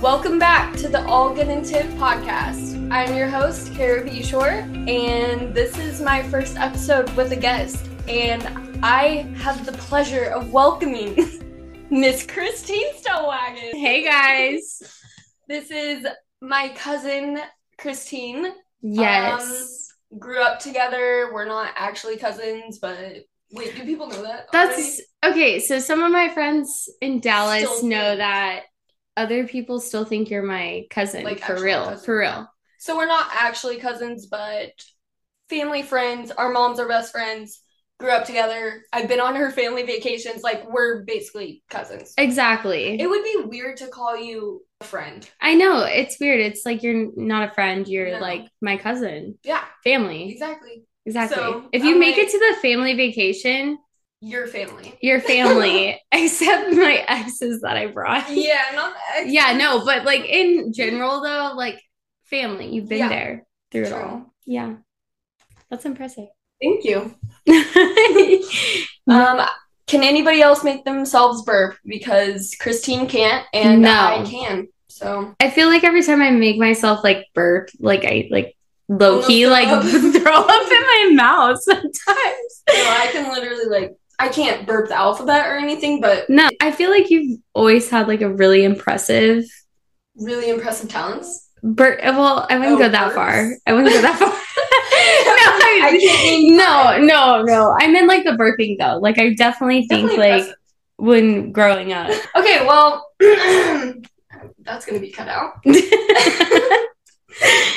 Welcome back to the All Good and Tip podcast. I'm your host, Kara B. Short, and this is my first episode with a guest. And I have the pleasure of welcoming Miss Christine Stellwagen. Hey guys. This is my cousin, Christine. Yes. Um, grew up together. We're not actually cousins, but wait, do people know that? already? That's okay. So some of my friends in Dallas Still know think. that other people still think you're my cousin Like, for actual real. cousin. For real. So we're not actually cousins, but family friends. Our moms are best friends. Grew up together. I've been on her family vacations. Like we're basically cousins. Exactly. It would be weird to call you a friend. I know. It's weird. It's like you're n- not a friend, you're No. like my cousin. Yeah, Family. exactly. Exactly. So, if you I'm make like- it to the family vacation, Your family. your family, except my exes that I brought. Yeah, not the ex- yeah, no, but like in general though, like family, you've been Yeah. there through it True. all. Yeah. That's impressive. Thank you. no, Um, can anybody else make themselves burp? Because Christine can't, and No. I can. So I feel like every time I make myself like burp, like I like low key Throw like up. throw up in my mouth sometimes. you know, I can literally like I can't burp the alphabet or anything, but No, I feel like you've always had like a really impressive really impressive talents. burp. Well, I wouldn't Oh, go that burps. far. I wouldn't go that far. no, I can't even- no, no, no. I meant like the burping though. Like I definitely think Definitely like impressive. when growing up. Okay, well, that's gonna be cut out.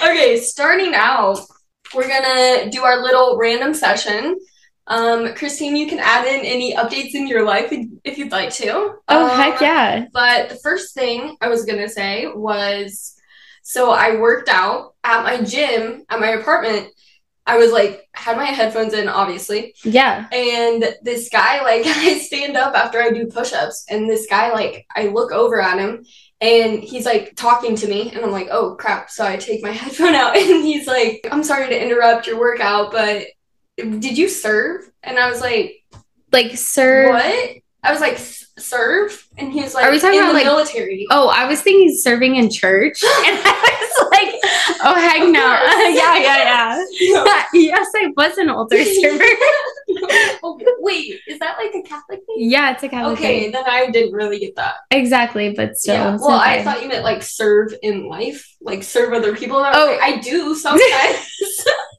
Okay, starting out, we're gonna do our little random session. Um, Christine, you can add in any updates in your life if- if you'd like to. oh Um, heck yeah. But the first thing I was gonna say was so I worked out at my gym at my apartment. I was like, had my headphones in, obviously, Yeah. And this guy, like, I stand up after I do push ups, and this guy, like, I look over at him and he's like talking to me, and I'm like, oh crap. So I take my headphone out, and he's like, I'm sorry to interrupt your workout, but did you serve? And I was like, Like sir what? I was like, "S- serve? And he was like, Are we talking in about, the like- military. Oh, I was thinking serving in church. And I was like, oh, heck Of no. course. yeah, yeah, yeah. yes, I was an altar server. Oh, wait, is that like a Catholic thing? yeah, it's a Catholic Okay, thing. then I didn't really get that. Exactly, but still. yeah. it's Well, I okay. thought you meant like serve in life, like serve other people. And I Oh. was like, I do sometimes.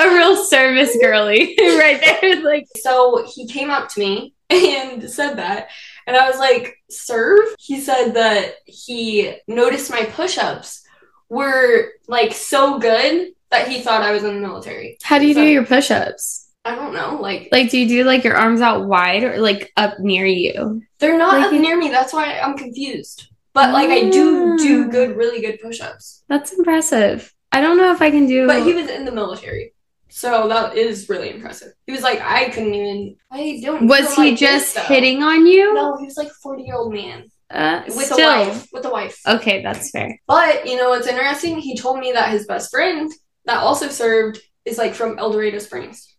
a real service girly right there. Like, so he came up to me and said that. And I was like, serve? He said that he noticed my push ups were like so good that he thought I was in the military. how do you do So- your push ups? I don't know. Like, Like, do you do like your arms out wide or like up near you? they're not like up you- near me. That's why I'm confused. But like, I do Mm. do good, really good push ups. That's impressive. I don't know if I can do. But he was in the military. So that is really impressive. He was like, I couldn't even. I don't. was feel he like this, just though. hitting on you? No, he was like forty year old man Uh, with still. a wife. With a wife. Okay, that's fair. But you know what's interesting? He told me that his best friend that also served is like from El Dorado Springs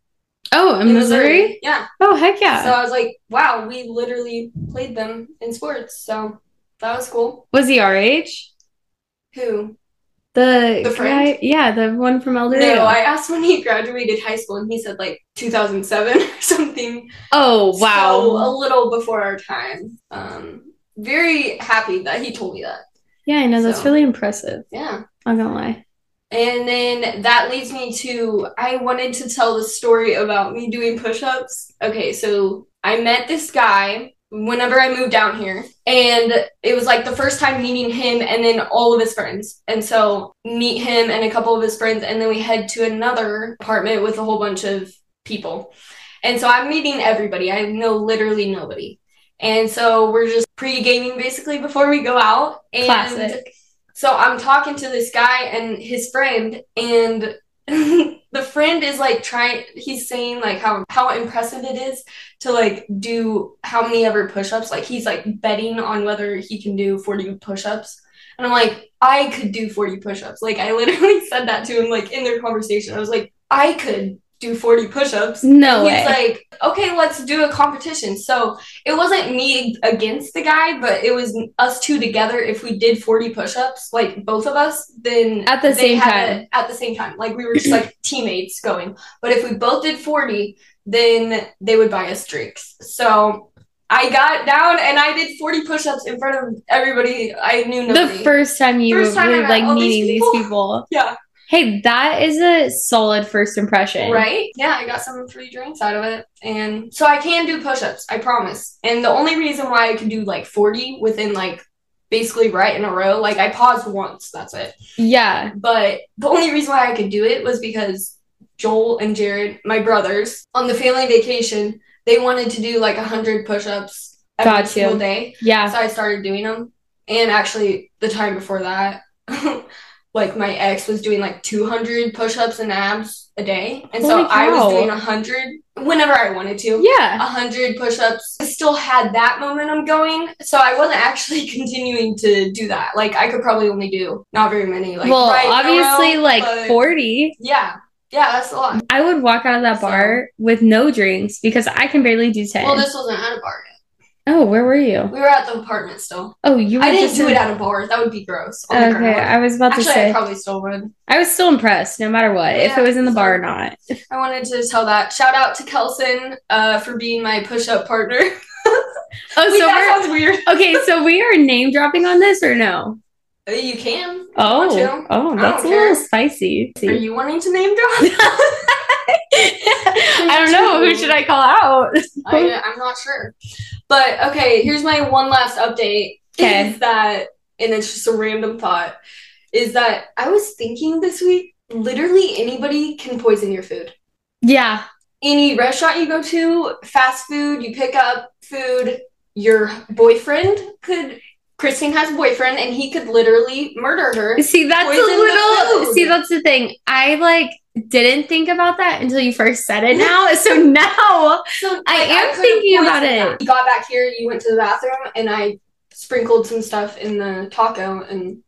Oh, in, Missouri? Yeah. Oh, heck yeah. So I was like, wow, we literally played them in sports. So that was cool. Was he RH? Who? The, The friend? guy- yeah, the one from El Dorado. No, I asked when he graduated high school, and he said like 2007 or something. oh So, wow. a little before our time. Um, very happy that he told me that. yeah, I know that's so- really impressive. Yeah. I'm not gonna lie. And then that leads me to I wanted to tell the story about me doing push ups. Okay, so I met this guy whenever I moved down here, and it was like the first time meeting him and then all of his friends. And so, meet him and a couple of his friends, and then we head to another apartment with a whole bunch of people. And so, I'm meeting everybody, I know literally nobody. And so, we're just pre gaming basically before we go out. And Classic. so I'm talking to this guy and his friend, and the friend is like trying. He's saying like how how impressive it is to like do how many ever push-ups. Like he's like betting on whether he can do 40 push-ups, and I'm like I could do 40 push-ups. Like I literally said that to him like in their conversation. I was like I could do 40 push-ups. No He's way. like, okay, let's do a competition. So it wasn't me against the guy, but it was us two together. If we did 40 push ups, like both of us, then At the they same had time. it at the same time. Like we were just like teammates going. But if we both did 40, then they would buy us drinks. So I got down and I did 40 push ups in front of everybody. I knew the nobody. first time you First time I were met like all these meeting these people. people. yeah. Hey, that is a solid first impression. Right? Yeah, I got some free drinks out of it. And so I can do push ups, I promise. And the only reason why I could do like 40 within like basically right in a row, like I paused once, that's it. Yeah. But the only reason why I could do it was because Joel and Jared, my brothers, on the family vacation, they wanted to do like 100 push ups every Gotcha. single day. Yeah. So I started doing them. And actually, the time before that, like my ex was doing like 200 push ups and abs a day. And so Holy I cow. was doing 100 whenever I wanted to. Yeah. 100 push ups. I still had that momentum going. So I wasn't actually continuing to do that. Like, I could probably only do not very many. Like, well, right in a obviously, row, like but- 40, Yeah. Yeah, that's a lot. I would walk out of that So- bar with no drinks because I can barely do 10. Well, this wasn't at a bar yet. oh, where were you? We were at the apartment still. Oh, you were I didn't just do in- it at a bar. That would be gross. on the Okay, ground. I was about Actually, to say. I probably still would. I was still impressed, no matter what, if Yeah, it was in the so- bar or not. I wanted to tell that. Shout out to Kelson uh, for being my push up partner. Oh, Wait, so that sounds weird. we're okay. So we are name dropping on this or no? Uh, You can. want Oh, to. oh, I that's a don't care. little spicy. Are you wanting to name drop? I don't know who should I call out. I, I'm not sure. But okay, here's my one last update. Okay. Is that, and it's just a random thought, is that I was thinking this week literally anybody can poison your food. Yeah, Any restaurant you go to, fast food, you pick up food, your boyfriend could. Christine has a boyfriend, and he could literally murder her. see, that's Poison the a little. food. See, that's the thing. I like didn't think about that until you first said it. Now, so now So like, I am could've thinking about poisoned it. that. You got back here, you went to the bathroom, and I sprinkled some stuff in the taco, and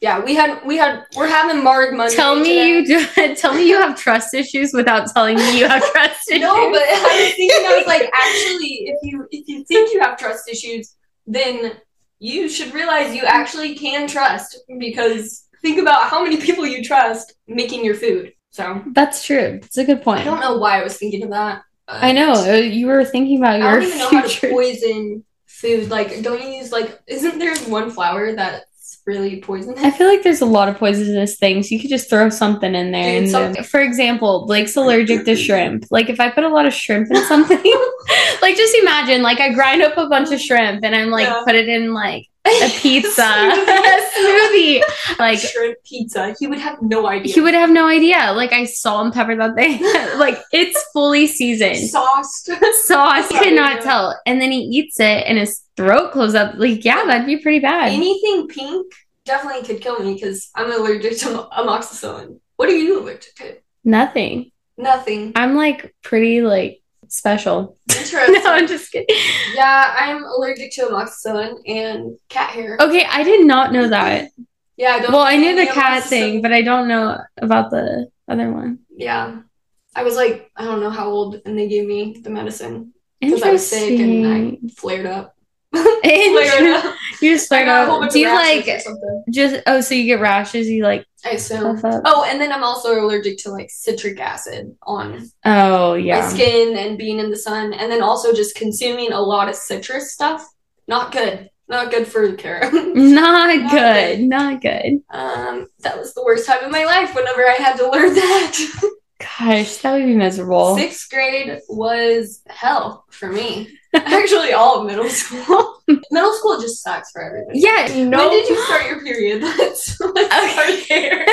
yeah, we had we had we're having Marg Monday. tell today. me you do, tell me you have trust issues without telling me you have trust issues. no, but I was thinking I was like, actually, if you if you think you have trust issues, then you should realize you actually can trust because think about how many people you trust making your food. So that's true. It's a good point. I don't know why I was thinking of that. but- I know uh, you were thinking about I your don't even know how to future. poison food. Like, don't you use like? Isn't there one flower that's really I poisonous? feel like there's a lot of poisonous things. You could just throw something in there. Dude, and some- then- for example, Blake's allergic to shrimp. Like if I put a lot of shrimp in something, like just imagine, like I grind up a bunch of shrimp and I'm like Yeah. put it in like a pizza, a Smoothie. smoothie. Like shrimp pizza. He would have no idea. he would have no idea. Like I salt and pepper that thing. like it's fully seasoned. sauced. Sauce Yeah, cannot yeah. tell. And then he eats it and his throat closes up. Like yeah, that'd be pretty bad. Anything pink definitely could kill me because I'm allergic to mo- amoxicillin. What are you allergic to? Nothing. Nothing. I'm like pretty like special. Interesting. no, I'm just kidding. yeah, I'm allergic to amoxicillin and cat hair. Okay, I did not know that. Yeah, I don't. Oh, Well, I knew the Yeah, cat amoxicillin- thing, but I don't know about the other one. Yeah, I was like, I don't know how old, and they gave me the medicine. because I was sick and I Interesting. flared up. Flared Interesting. up. You just I flared got a whole up. bunch Do of you rashes or like something. just oh so you get rashes, you like I assume. puff up? Oh, and then I'm also allergic to like citric acid on Oh my yeah. skin and being in the sun, and then also just consuming a lot of citrus stuff. Not good. Not good for the Kara. Not Not good. good. Not good. um, that was the worst time of my life. Whenever I had to learn that, Gosh, that would be miserable. sixth grade was hell for me. Actually, all of middle school. middle school just sucks for everybody. Yeah. When did you start your period? Let's, let's start there.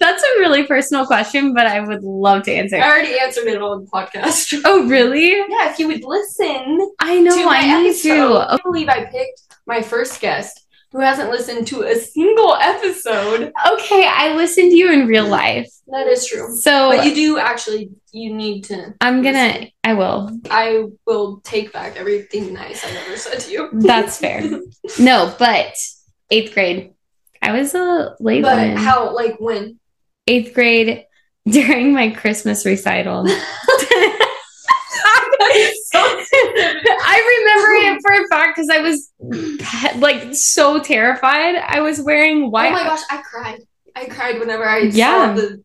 That's a really personal question, but I would love to answer. I already answered it on the podcast. Oh really? Yeah, if you would listen I know. to my I need episode, to. I believe I picked my first guest who hasn't listened to a single episode. Okay, I listened to you in real life. That is true. So But you do actually, you need to. I'm gonna I will. I will take back everything nice I've ever said to you. That's fair. No, but eighth grade. I was a late But woman. how, like, when? eighth grade, during my Christmas recital. I remember it for a fact because I was pe- like so terrified. I was wearing white. Oh my gosh, I cried. I cried whenever I Yeah. saw the.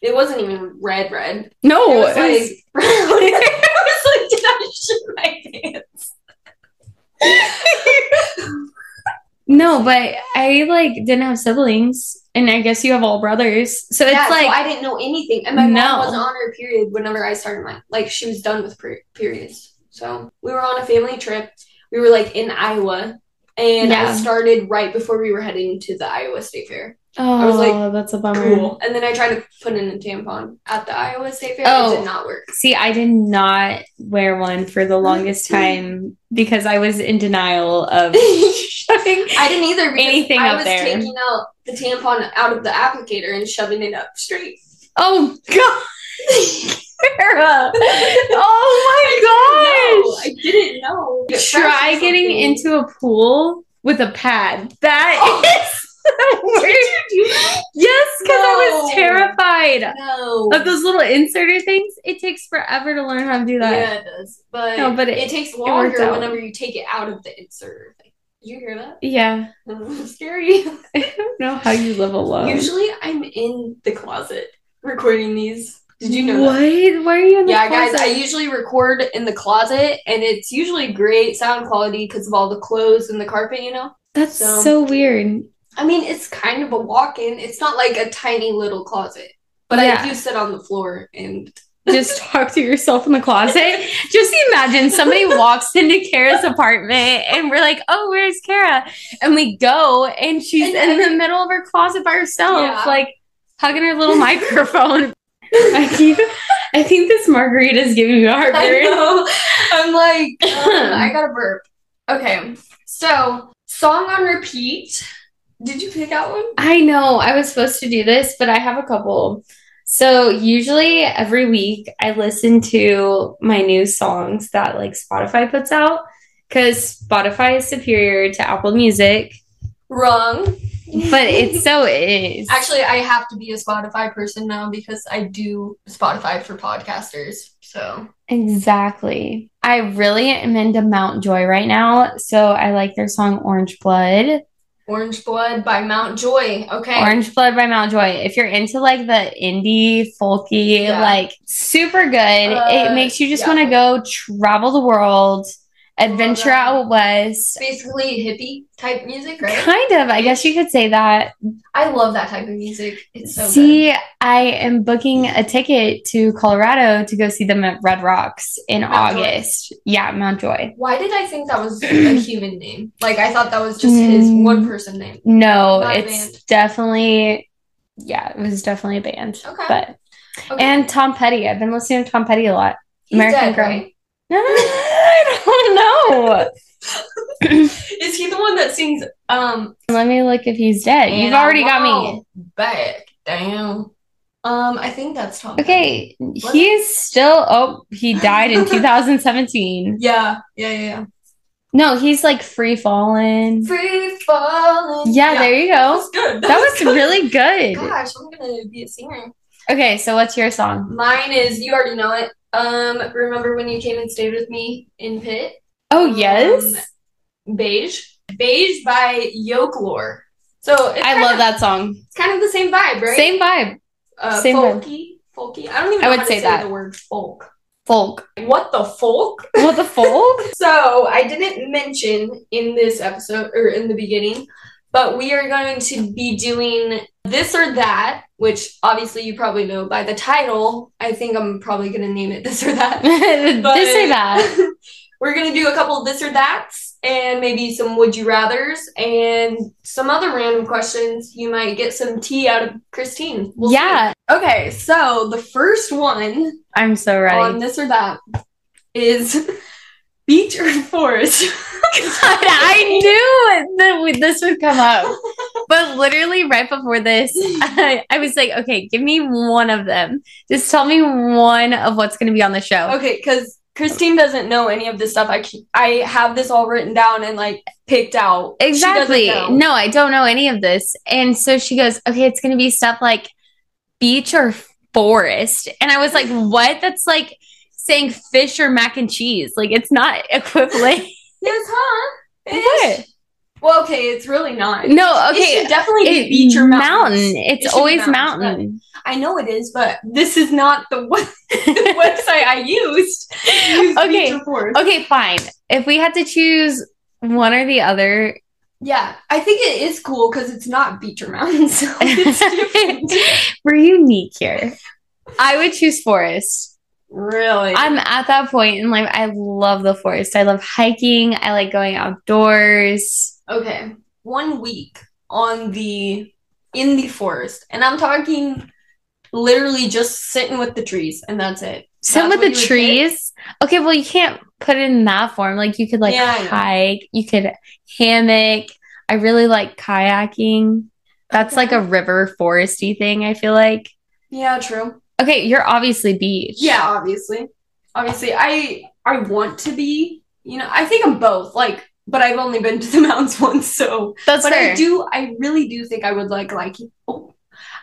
It wasn't even red, red. no, it was it was- like brown. I was like, did I shit my pants? no, but I like didn't have siblings, and I guess you have all brothers, so it's yeah, so like I didn't know anything, and my No. mom wasn't on her period whenever I started mine. Like she was done with per- periods. So we were on a family trip. We were like in Iowa, and Yeah. I started right before we were heading to the Iowa State Fair. oh, was like, that's a bummer. Cool. And then I tried to put in a tampon at the Iowa State Fair. Oh. It did not work. See, I did not wear one for the longest time because I was in denial of shoving. I didn't either because Anything I up was there. taking out the tampon out of the applicator and shoving it up straight. Oh god, Kara. Oh my gosh. No, I didn't know. At first I try was getting like, into a pool with a pad. That Oh. is the worst. Did you do that? Yes, because I was No. terrified No. of those little inserter things. It takes forever to learn how to do that. Yeah, it does. But, No, but it- it, takes worked longer out. whenever you take it out of the inserter. Did you hear that? Yeah. Scary. I don't know how you live alone. Usually I'm in the closet recording these. Did you know what? that? Why are you in the yeah, guys, I closet? usually record in the closet and it's usually great sound quality because of all the clothes and the carpet, you know? That's so, so- weird. I mean, it's kind of a walk in, it's not like a tiny little closet, but Yeah. I do sit on the floor and Just talk to yourself in the closet. Just imagine somebody walks into Kara's apartment and we're like, "Oh, where's Kara?" And we go, and she's And in the middle of her closet by herself, Yeah. like hugging her little microphone. I keep, I think this margarita is giving me a I heartburn. know. I'm like, um, I got a burp. Okay, so song on repeat. Did you pick out one? I know I was supposed to do this, but I have a couple. So usually every week I listen to my new songs that like Spotify puts out because Spotify is superior to Apple Music, Wrong. but it so is. actually I have to be a Spotify person now because I do Spotify for podcasters. So exactly. I really am into Mount Joy right now, so I like their song Orange Blood. Orange Blood by Mount Joy. Okay. Orange Blood by Mountjoy. If you're into like the indie, folky, Yeah. like super good, Uh, it makes you just yeah. want to go travel the world, adventure that. out west. Basically hippie type music, right? Kind of, I guess you could say that. I love that type of music. It's so good. see, I am booking a ticket to Colorado to go see them at Red Rocks in Mountjoy. August. Yeah, Mountjoy. Why did I think that was a human name? Like I thought that was just his Mm. one person name. No, Not a it's band. definitely, yeah, it was definitely a band. Okay. But Okay. and Tom Petty, I've been listening to Tom Petty a lot. He's American dead, Girl. right? No, I don't know. Is he the one that sings um Let me look if he's dead. You've And I already got me. won't Back down. Um, I think that's Tom. Petty. Okay, he's still. Oh, he died in 2017. Yeah, yeah, yeah. No, he's like free fallen. yeah. Free falling. Yeah, there you go. was good. That was really good. Gosh, I'm gonna be a singer. Okay, so what's your song? Mine is you already know it. Um, remember when you came and stayed with me in Pitt? Oh Um, yes, Beige. Beige by Yokelore. So it's I kind love of, that song. It's kind of the same vibe, right? Same vibe, Uh, same vibe. folky. Folky. I don't even. I Know would how to say say that. the word folk. folk. What the folk? What the folk? So I didn't mention in this episode or in the beginning, but we are going to be doing this or that, which obviously you probably know by the title. I think I'm probably going to name it this or that. this or that? We're going to do a couple this or that's and maybe some would you rathers and some other random questions. You might get some tea out of Christine. We'll see. yeah, Okay, so the first one I'm so on ready. this or that is beach or forest. I knew that we- this would come up. But literally, right before this, I, I was like, okay, give me one of them. Just tell me one of what's going to be on the show. Okay, because Christine doesn't know any of this stuff. I keep, I have this all written down and like picked out. She doesn't Exactly. know. No, I don't know any of this. And so she goes, okay, it's going to be stuff like beach or forest. And I was like, what? That's like saying fish or mac and cheese. Like it's not equivalent. Yes, huh? It is. What? Well, okay, it's really not. No, It okay. should definitely be It- beach or mountain. mountain. It's It should be always mountains, but- mountain. I know it is, but this is not the, we- the website I used. I used Okay. Beach or forest. Okay, fine. If we had to choose one or the other, Yeah, I think it is cool because it's not beach or mountain, so it's different. we're unique here. I would choose forest. really? I'm at that point in life. I love the forest. I love hiking. I like going outdoors. okay. One week on the in the forest, and I'm talking literally just sitting with the trees, and that's it. Some That's of what the you would trees. Okay, well, you can't put it in that form. Like you could like Yeah, I know. hike. You could hammock. I really like kayaking. That's Okay. like a river foresty thing. I feel like. Yeah, true. Okay, you're obviously beach. Yeah, obviously. Obviously, I I want to be. You know, I think I'm both. Like, but I've only been to the mountains once, so. that's But fair. I do, I really do think I would like liking. Oh,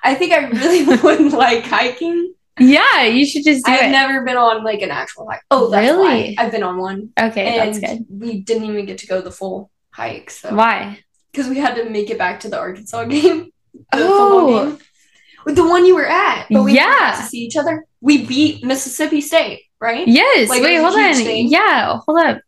I think I really would like hiking. Yeah, you should just do I've it. never been on like an actual hike. Oh, that's Really? why. I've been on one, okay, and that's good. we didn't even get to go the full hike, so Why? because we had to make it back to the Arkansas game, the Oh. football game, with the one you were at. But we never got Yeah. to see each other. We beat Mississippi State, right? Yes. Like, wait, it was hold a on. huge thing. Yeah, hold up.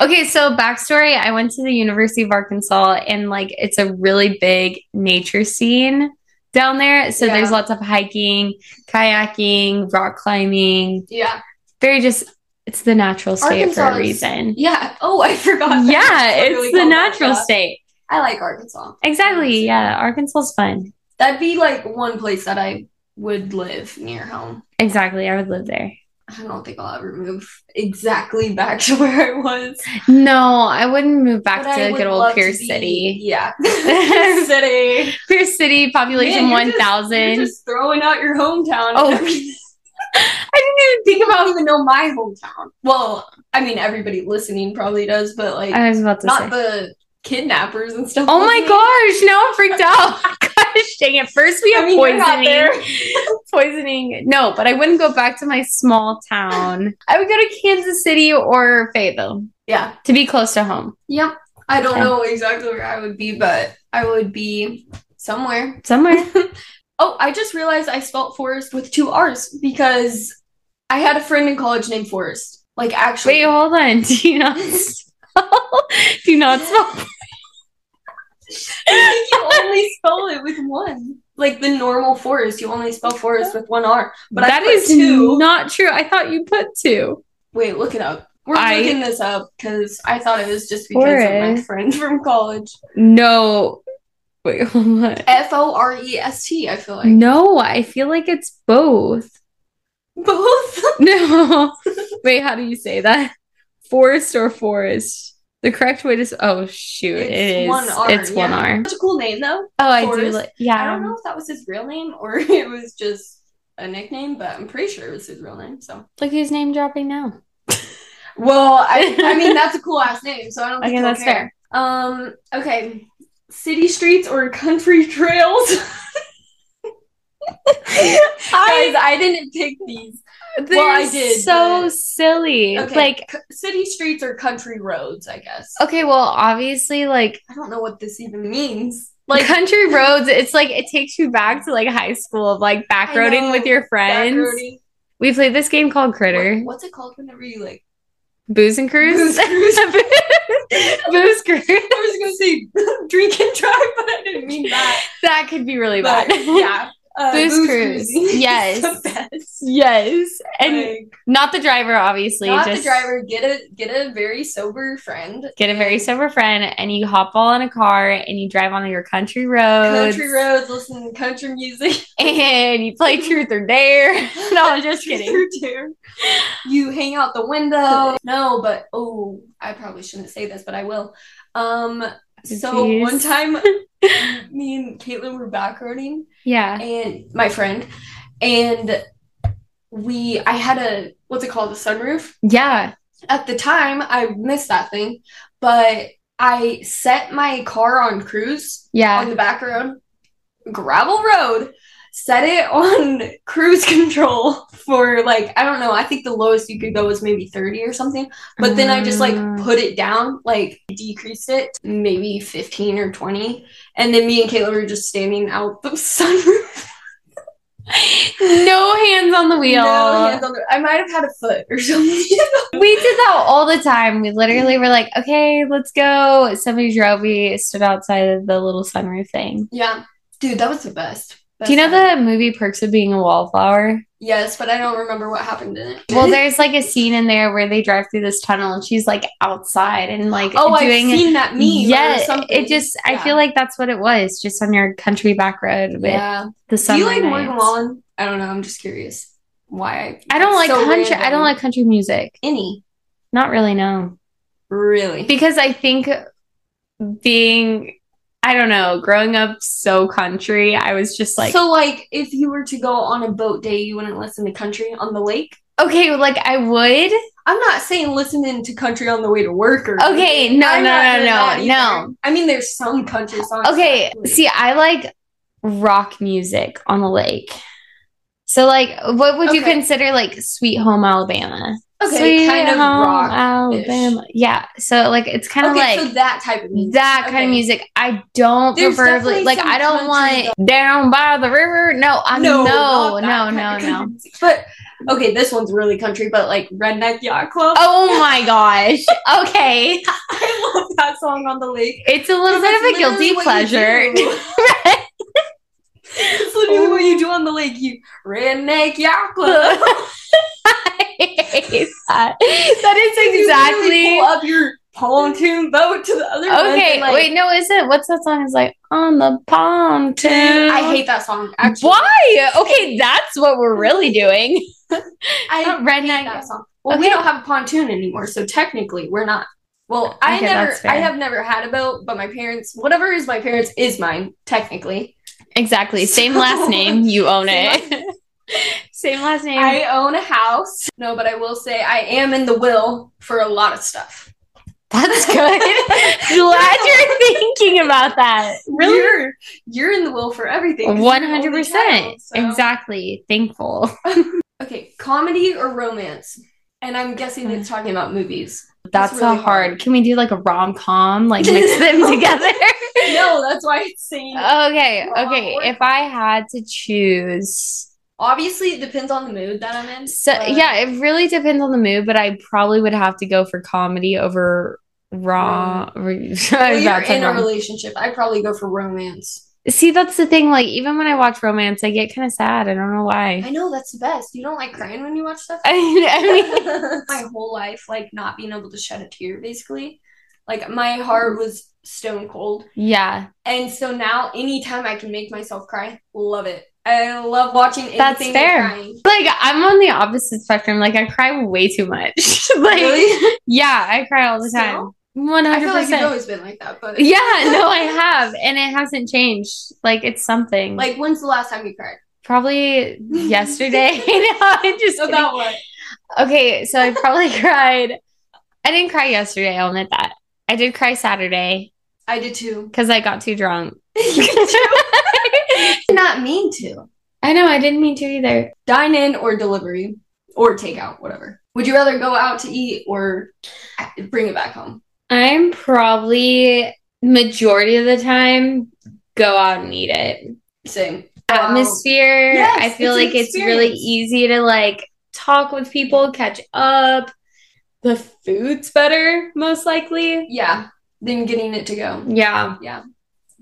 Okay, so backstory I went to the University of Arkansas, and like it's a really big nature scene down there. So Yeah. there's lots of hiking, kayaking, rock climbing. Yeah, Very just, it's the natural state for Arkansas a is- reason. yeah. Oh, I forgot. that. Yeah, It's it's really the called natural Arkansas. state. I like Arkansas. Exactly. Yeah, Arkansas is fun. That'd be like one place that I would live near home. Exactly. I would live there. I don't think I'll ever move exactly back to where I was. No, I wouldn't move back But I to would good old love to Pierce be- City. Yeah. Pierce City. Pierce City, population Man, you're just- 1,000. You're just throwing out your hometown. Oh. I didn't even think about even know my hometown. Well, I mean, everybody listening probably does, but like, I was about to not say. the kidnappers and stuff. oh my listening. gosh, now I'm freaked out. gosh dang it. First we I have mean, you're not there. poisoning. poisoning. No, but I wouldn't go back to my small town. I would go to Kansas City or Fayetteville Yeah. to be close to home. Yep. I don't Okay. know exactly where I would be, but I would be somewhere. Somewhere. Oh, I just realized I spelt Forrest with two R's because I had a friend in college named Forrest. Like, actually. Wait, hold on. Do you not spell? Do you not spell? I think you only spell it with one. Like the normal Forrest, you only spell Forrest with one R. But that I put is two. not true. I thought you put two. Wait, look it up. We're I- looking this up because I thought it was just because of my Forrest. friend from college. No. Wait, hold on. F O R E S T, I feel like. No, I feel like it's both. Both. No. Wait, how do you say that? Forest or forest? The correct way to s- oh shoot, It's it's one R, It's one yeah. R. Such a cool name, though. Oh, I do Forest? like yeah. I don't know if that was his real name or it was just a nickname, but I'm pretty sure it was his real name, so. Look who's name dropping now. Well, I, I mean that's a cool ass name, so I don't think Okay, he'll that's care. Um, okay, city streets or country trails? Guys, I didn't pick these. They're I did, so but- silly. Okay, Like c- city streets or country roads, I guess. okay, well, obviously, like I don't know what this even means. like country roads. It's like it takes you back to like high school of like backroading know, with your friends. Backroading. We played this game called Critter, What- what's it called whenever you like? Booze and Cruise. Booze cruise. Booze Cruise. I was gonna say drink and drive, but I didn't mean that. That could be really But, bad. yeah, uh, Booze cruise. cruising is Yes. the best. Yes, and Like, not the driver, obviously. Not just the driver. Get a get a very sober friend. Get a very sober friend, and you hop all in a car, and you drive on your country roads, Country roads, listen to country music. and you play truth or dare. no, I'm just kidding. You hang out the window. No, but oh, I probably shouldn't say this, but I will. Um, so Jeez. one time, me and Caitlin were backroading, Yeah, and my friend, and we, I had a what's it called, a sunroof. yeah. At the time, I missed that thing, but I set my car on cruise Yeah. on the back road, gravel road, set it on cruise control for like I don't know. I think the lowest you could go was maybe 30 or something. But then I just like Mm. put it down, like decreased it to maybe 15 or 20, and then me and Kayla were just standing out the sunroof. No hands on the wheel. No hands on the- I might have had a foot or something. We did that all the time. We literally were like, okay, let's go. Somebody drove. We stood outside of the little sunroof thing. yeah, dude, that was the best. Do you know Best time. the movie Perks of Being a Wallflower? Yes, but I don't remember what happened in it. Well, there's like a scene in there where they drive through this tunnel and she's like outside and like oh, I've doing seen that meme. or Yeah, something. it just I Yeah. feel like that's what it was, just on your country back road with yeah. the Do sun. you like Morgan Wallen? I don't know. I'm just curious why. I don't like so country. I random. don't like country music. any Not really, no. really. Because I think being, I don't know, growing up so country, I was just like, so, like, if you were to go on a boat day, you wouldn't listen to country on the lake. okay, like I would. I'm not saying listening to country on the way to work or Okay, no, I'm no, not no, doing no, that either. no. I mean, there's some country songs. Okay, that- see, I like rock music on the lake. So, like, what would you Okay. consider like Sweet Home Alabama? okay, Sweet kind of Home rock. Alabama. Yeah. So like it's kind of Okay, uh, like so that type of music. that kind Okay. of music. I don't There's preferably definitely like some I don't country want down by the river. No, I No, no no not that no kind of no, country music. But okay, this one's really country. But like Redneck Yacht Club, Oh my gosh. Okay. I love that song on the lake. It's a little Because bit of a that's guilty literally what you pleasure. do. It's literally what you do on the lake. You redneck yakla. I hate that. You That is literally exactly pull up your pontoon boat to the other one. Okay, wait, no, is it? What's that song? Is like on the pontoon. I hate that song. Actually, Why? Okay, that's what we're really doing. I Not hate redneck. that song. Well, we Okay. don't have a pontoon anymore, so technically we're not. Well, I Okay, never, that's fair. I have never had a boat, but my parents, whatever is my parents, is mine technically. Exactly. Same So- last name. You own Same last it. Same last name. I own a house. No, but I will say I am in the will for a lot of stuff. That's good. Glad you're thinking about that. Really? You're, you're in the will for everything. 'cause you're One the only hundred percent. child, so- Exactly. Thankful. Okay, comedy or romance? And I'm guessing it's talking about movies. That's really so hard. Can we do like a rom com? Like mix them together. No, that's why it's saying. Okay. Rom Okay. or If I had to choose. Obviously, it depends on the mood that I'm in. So but- yeah, it really depends on the mood, but I probably would have to go for comedy over raw. I Well, was you're about to in a rom- relationship. I probably go for romance. See, that's the thing. Like, even when I watch romance, I get kind of sad. I don't know why. I know that's the best. You don't like crying when you watch stuff. I mean, I mean- my whole life, like not being able to shed a tear, basically. Like my heart was stone cold. yeah, And so now, anytime I can make myself cry, love it. I love watching anything That's with fair. crying. like I'm on the opposite spectrum. Like, I cry way too much. like, Really? yeah, I cry all the Still? time. One I hundred feel like you've percent. always been like that, but Yeah, no, I have, and it hasn't changed. Like, it's something. Like, when's the last time you cried? probably yesterday. no, i just kidding. About what? Okay, so I probably cried. I didn't cry yesterday, I'll admit that. I did cry Saturday I did too. because I got too drunk. Not mean to. I know, I didn't mean to either. Dine in or delivery or takeout, whatever. Would you rather go out to eat or bring it back home? I'm probably majority of the time go out and eat it. Same. Atmosphere. Yes, I feel it's an like it's really experience. easy to like talk with people, catch up. The food's better, most likely. Yeah. Then getting it to go. Yeah. Yeah.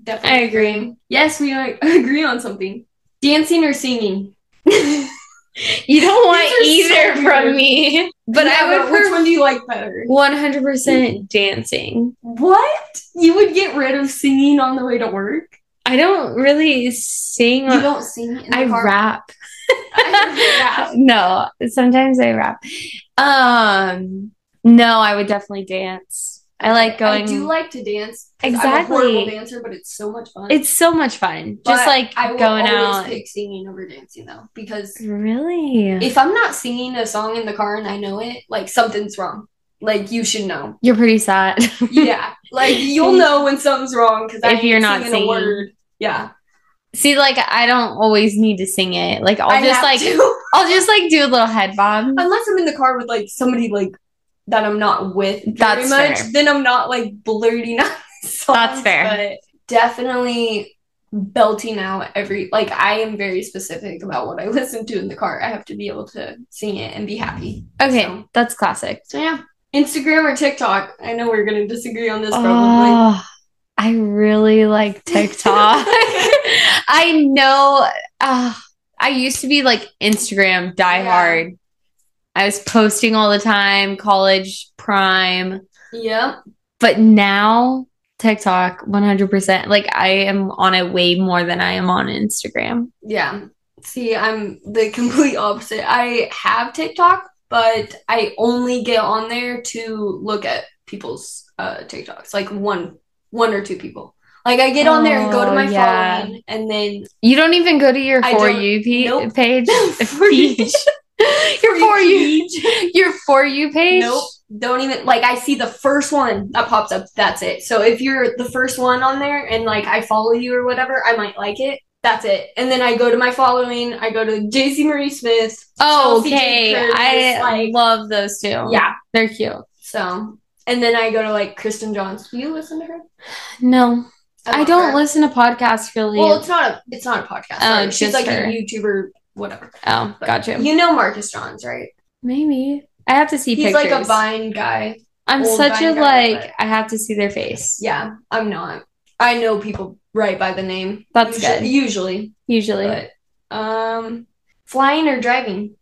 Definitely. I agree. Yes, we like, agree on something. Dancing or singing? You don't want These are either so from weird. me. But Yeah, I would but Which one do you like better? One hundred percent dancing. What? You would get rid of singing on the way to work? I don't really sing. You don't sing in the I car? rap. I no, sometimes I rap. Um, no, I would definitely dance. I like going. I do like to dance. 'cause I'm a horrible exactly. dancer, but it's so much fun. It's so much fun. But Just like I will going always out. pick singing over dancing though, because Really, if I'm not singing a song in the car and I know it, like something's wrong. Like you should know. you're pretty sad. Yeah, like you'll know when something's wrong because If you're not a singing. word. Yeah, See, like I don't always need to sing it. Like I'll I just have like to. I'll just like do a little head bob. unless I'm in the car with like somebody like that I'm not with very That's much, fair. then I'm not like blurting out. songs, That's fair. But definitely belting out every like I am very specific about what I listen to in the car. I have to be able to sing it and be happy. Okay, So, that's classic. so yeah. Instagram or TikTok. I know we're gonna disagree on this probably. Oh, I really like TikTok. I know. Uh, I used to be like Instagram die Yeah. hard. I was posting all the time, college prime, Yep. but now TikTok 100%. Like I am on it way more than I am on Instagram. Yeah. See, I'm the complete opposite. I have TikTok, but I only get on there to look at people's uh TikToks, like one one or two people. Like I get on there and go to Oh, my yeah. following and then You don't even go to your I for don't- you pe- nope. page. For you. Page. your for you. Your for you page. Nope. Don't even like I see the first one that pops up, that's it. So if you're the first one on there and like I follow you or whatever, I might like it. That's it. And then I go to my following, I go to JC Marie Smith. Oh, Chelsea J. okay. Curtis, I like- love those two. Yeah. They're cute. So, and then I go to like Kristen Johns. Do you listen to her? No, I love don't her. listen to podcasts really. Well, it's not a it's not a podcast. Oh, right? She's just like her. a YouTuber, whatever. oh, But gotcha. You know Marcus Johns, right? Maybe. I have to see He's pictures. like a Vine guy. I'm old such a Vine guy, like, I have to see their face. Yeah, I'm not. I know people right by the name. That's usually, good. Usually, Usually. but um, flying or driving?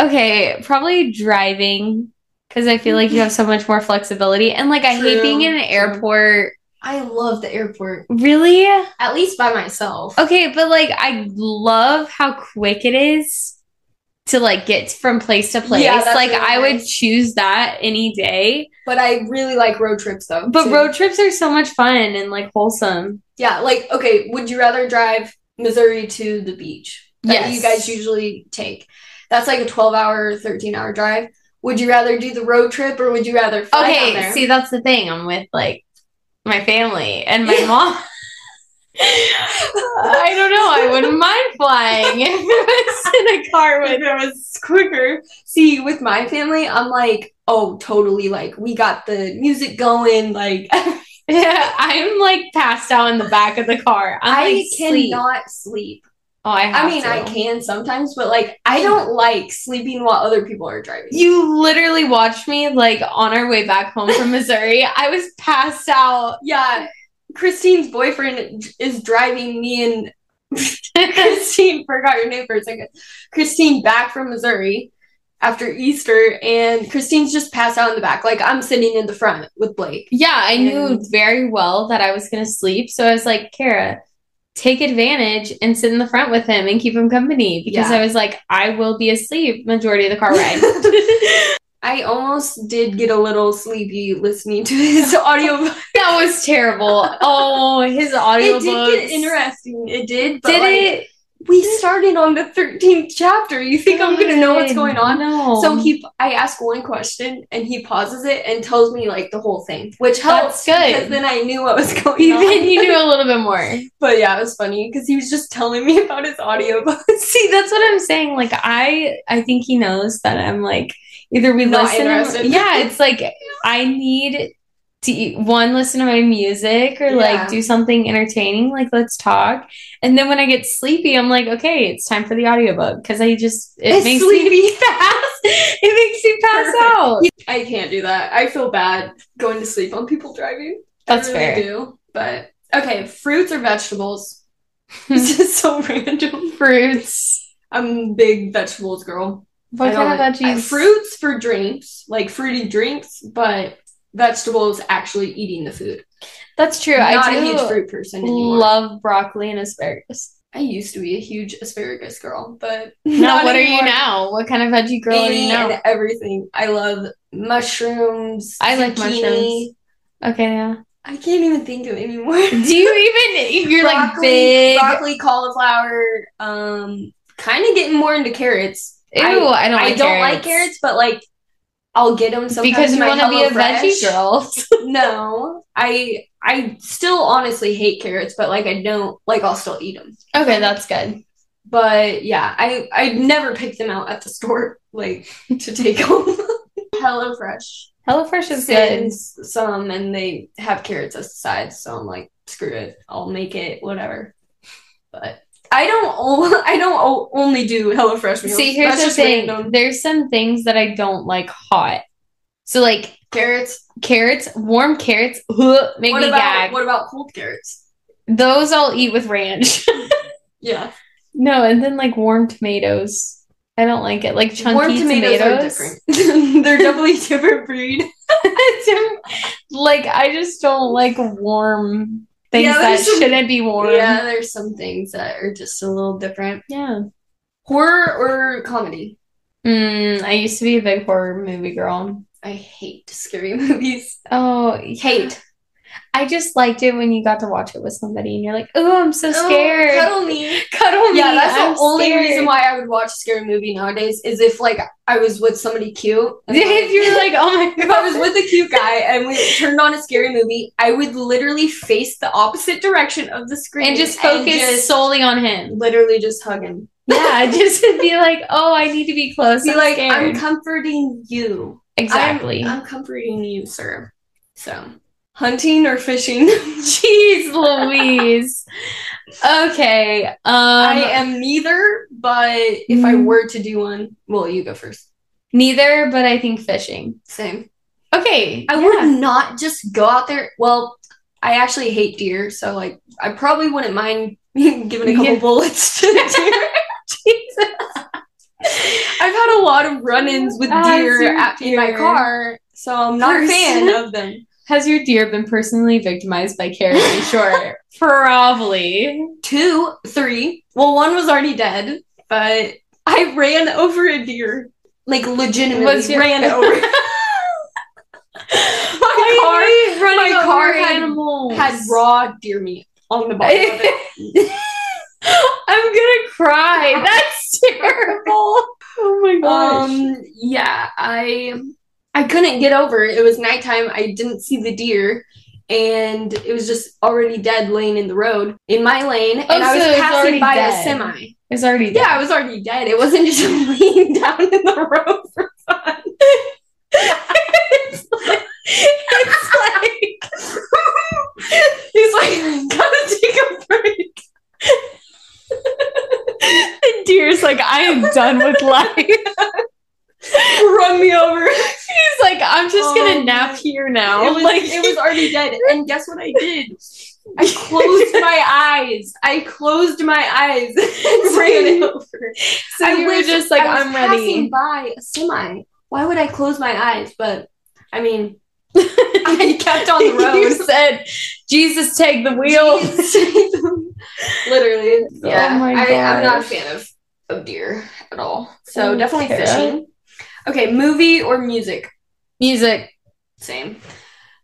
Okay, probably driving because I feel like you have so much more flexibility. And like, I hate True, being in an true. airport. I love the airport, Really? at least by myself. Okay, but like, I love how quick it is to like get from place to place. that's like, really I would nice. choose that any day. But I really like road trips though. But too. road trips are so much fun and like wholesome. Yeah, like okay, would you rather drive Missouri to the beach that Yes. you guys usually take? That's like a 12 hour, 13 hour drive. Would you rather do the road trip or would you rather fly down Okay, there? see, that's the thing. I'm with like my family and my mom. I don't know. I wouldn't mind flying if it was in a car with. it was quicker. See, with my family, I'm like, oh, totally. Like, we got the music going. Like, Yeah, I'm like passed out in the back of the car. I'm I like, sleep. cannot sleep. Oh, I have I mean, to. I can sometimes, but like, I don't like sleeping while other people are driving. You literally watched me like on our way back home from Missouri. I was passed out. Yeah, Christine's boyfriend is driving me and Christine forgot your name for a second. Christine back from Missouri after Easter, and Christine's just passed out in the back. Like I'm sitting in the front with Blake. Yeah, I knew And- very well that I was going to sleep. So I was like, Kara, take advantage and sit in the front with him and keep him company because Yeah. I was like, I will be asleep majority of the car ride. I almost did get a little sleepy listening to his audio. that was terrible. Oh, his audio it did get interesting. It did. But Did like, it? We started on the 13th chapter. You think I'm gonna know what's going on? No. So he, I ask one question and he pauses it and tells me like the whole thing, which helps. good. Because then I knew what was going even on. you knew a little bit more. But yeah, it was funny because he was just telling me about his audiobook. See, that's what I'm saying. Like I I think he knows that I'm like either we Not listen interested. yeah, it's like I need to e- one listen to my music or Yeah. like do something entertaining, like let's talk. And then when I get sleepy, I'm like, okay, it's time for the audiobook because I just it It's makes me sleepy. pass. It makes me pass Perfect. out. I can't do that. I feel bad going to sleep on people driving. That's I fair. really do. But okay, fruits or vegetables? this is so random. Fruits. I'm a big vegetables girl. I What don't kind of like- I- veggies? fruits for drinks, like fruity drinks, but vegetables actually eating the food. That's true. Not I a huge do fruit person anymore. love broccoli and asparagus. I used to be a huge asparagus girl, but Now, what are you anymore. now? What kind of veggie girl are Any you now? and everything. I love mushrooms. I like zucchini. mushrooms. Okay, yeah. I can't even think of any more. Do you even you're like Broccoli- big? broccoli, cauliflower. Um, kind of getting more into carrots. Ew, I, I, don't. I Like don't like carrots, but like I'll get them sometimes because you want to be a veggie girl. No, I I still honestly hate carrots, but like I don't like I'll still eat them. okay, that's good. But yeah, I I never pick them out at the store like to take home. HelloFresh HelloFresh is good. sends some, and they have carrots as the side, so I'm like, screw it, I'll make it, whatever. But I don't o- I don't o- only do HelloFresh meals. See, here's That's the just thing. random. There's some things that I don't like hot. So like carrots. carrots, warm carrots, ugh, make What me about gag. what about cold carrots? Those I'll eat with ranch. Yeah, no, and then like warm tomatoes. I don't like it. Like chunky warm tomatoes, tomatoes. are different. They're definitely different breed. like I just don't like warm things Yeah, that there's some- shouldn't be warm. Yeah, there's some things that are just a little different. Yeah. Horror or comedy? Mm, I used to be a big horror movie girl. I hate scary movies. Oh, hate. I just liked it when you got to watch it with somebody and you're like, oh, I'm so scared. Oh, cuddle me. Cuddle me. Yeah, that's I'm the only scared. reason why I would watch a scary movie nowadays is if like I was with somebody cute. and, like- if you're like, oh my if god, I was with a cute guy and we turned on a scary movie, I would literally face the opposite direction of the screen and just focus just solely on him. literally just hug him. Yeah, just to be like, oh, I need to be close. Be I'm like, scared. I'm comforting you. exactly. I'm, I'm comforting you, sir. So, hunting or fishing? Jeez, Louise. okay. Um, I am neither, but if I Mm. were to do one, well, you go first. neither, but I think fishing. Same. Okay. I yeah. would not just go out there. Well, I actually hate deer, so like I probably wouldn't mind giving a couple Yeah. bullets to the deer. Jesus. I've had a lot of run-ins with As deer your at, in my deer car, so I'm not a person. fan of them. Has your deer been personally victimized by Carrie? Sure. Probably. Two, three. Well, one was already dead, but I ran over a deer. Like legitimately Was your- ran over. my car My car, running my over car animals? had raw deer meat on the bottom of it. I'm gonna cry. That's terrible. Oh my Um, yeah, I I couldn't get over it. It was nighttime. I didn't see the deer, and it was just already dead, laying in the road in my lane, and Oh, I was so it was passing already by a dead. semi. it's already Yeah, I was already dead. It wasn't just laying down in the road for fun. it's like, it's like he's like gotta take a break. The deer's like, I am done with life. He's Run me over. like, I'm just Oh gonna nap my- here now. It was, like it was already dead. And guess what I did? I closed my eyes. I closed my eyes and ran over. so I you were was- just like, I was I'm ready. Passing by a semi. Why would I close my eyes? But I mean, I kept on the you road. said, Jesus, take the wheel. Literally. Yeah. Oh my I, I'm not a gosh. fan of, of deer at all. So Mm, definitely Tara. fishing. Okay, movie or music? Music. Same.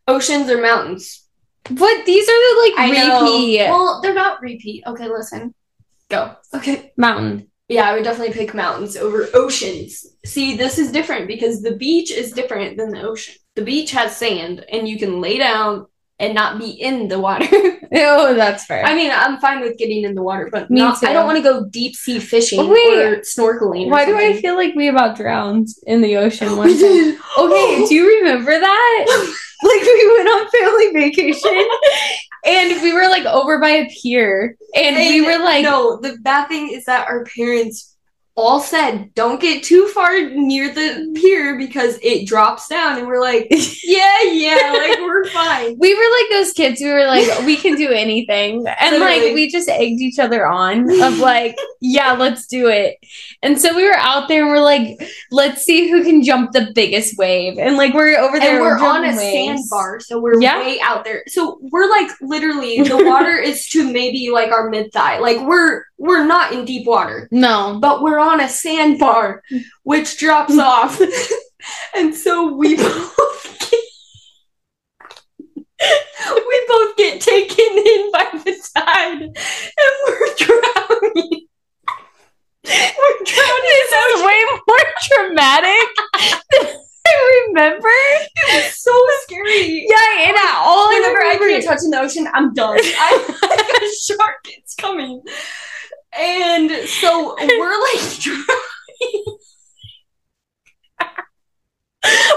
Oceans or mountains? What? These are the like repeat Well, they're not repeat. Okay, listen. Go. Okay. mountain. Yeah, I would definitely pick mountains over oceans. See, this is different because the beach is different than the ocean. The beach has sand and you can lay down and not be in the water. Oh, that's fair. I mean, I'm fine with getting in the water, but Me not, too. I don't want to go deep sea fishing Wait. or snorkeling. or Why do I something. feel like we about drowned in the ocean one time? Okay, do you remember that? like we went on family vacation and we were like over by a pier and we And were like no, the bad thing is that our parents all said, don't get too far near the pier because it drops down. And we're like, yeah, yeah, like we're fine. we were like those kids who were like we can do anything and Literally. like we just egged each other on of like yeah let's do it and so we were out there and we're like let's see who can jump the biggest wave and like we're over there And we're on a jumping waves. sandbar, so we're Yeah. way out there. So we're like literally the water is to maybe like our mid thigh. Like we're we're not in deep water. no but we're on a sandbar, which drops off. and so we both get, we both get taken in by the tide and we're drowning. we're drowning. this is way more traumatic than I I'm done. I like a shark is coming. And so we're like dr-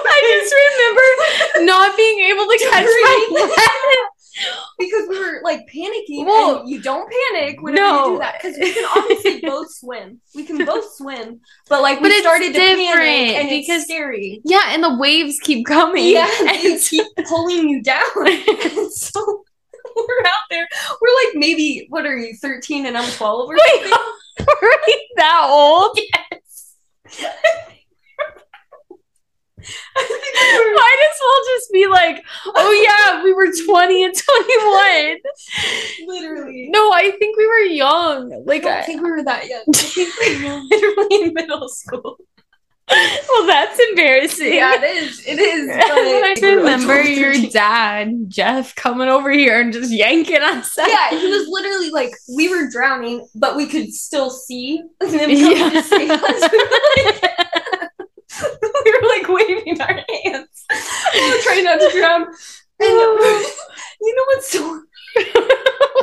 I just remember not being able to catch my Breathe. because we were like panicking. Well, and you don't panic whenever you no. do that because we can obviously both swim. We can both swim, but like we But it's started to different panic and because- it's scary. Yeah, and the waves keep coming. Yeah, they And- keep pulling you down. And so we're out there. We're like maybe what are you, thirteen and I'm twelve or Wait, were we that old? Might as well just be like, oh yeah, we were 20 and 21. literally. No, I think we were young. I Like, don't I- think we were that young. I think we were literally in middle school. well, that's embarrassing. it is. It is. I we were, like, remember 12, your 13. dad, Jeff, coming over here and just yanking us out. Yeah, he was literally like we were drowning, but we could still see them coming Yeah. to save us. we were like waving our hands. We were trying not to drown. And you know what's so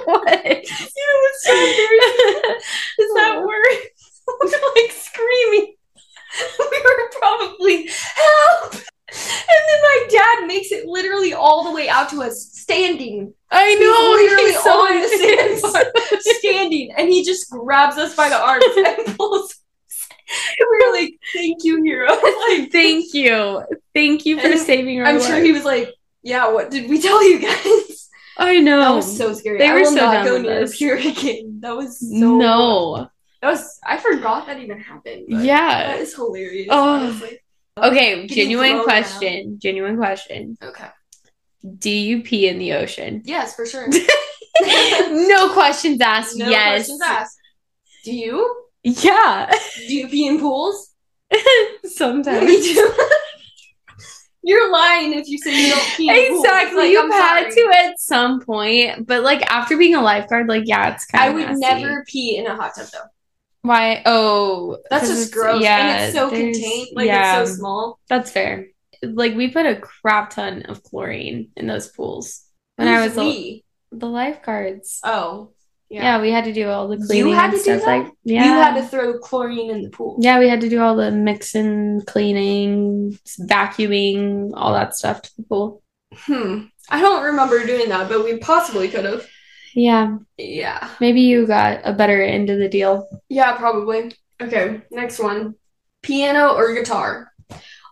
what? you know what's so embarrassing is that we're, we're like screaming. We were probably help. And then my dad makes it literally all the way out to us, standing. I He's literally he's so on the intense. sandbar, standing, and he just grabs us by the arms and pulls. us. We were like, "Thank you, hero." Like, Thank you. Thank you for And saving our I'm life. sure he was like, "Yeah, what did we tell you guys?" I know. That was so scary. Um, they I were will so not done go with near us. Pure again. That was so no. That was I forgot that even happened. but that Yeah. is hilarious. Oh. honestly. Okay, Getting genuine thrown question. Genuine question. Okay. Do you pee in the ocean? Yes, for sure. no questions asked. No yes. questions asked. Do you? Yeah. Do you pee in pools? Sometimes. Me too. You're lying if you say you don't pee. In pools. Exactly. Like, You've I'm had sorry. to at some point, but like after being a lifeguard, like yeah, it's kind I of. would never pee in a hot tub though. Why? Oh, That's 'cause just it's- gross. and it's so there's- contained. Like yeah, it's so small. that's fair. Like we put a crap ton of chlorine in those pools when I Who's was a, we? the lifeguards. Oh. Yeah. Yeah. we had to do all the cleaning. had and to do stuff, that? Like, yeah, You had to throw chlorine in the pool. yeah, we had to do all the mixing, cleaning, vacuuming, all that stuff to the pool. Hmm. I don't remember doing that, but we possibly could have. Yeah, Yeah. maybe you got a better end of the deal. Yeah, probably. Okay, next one. Piano or guitar?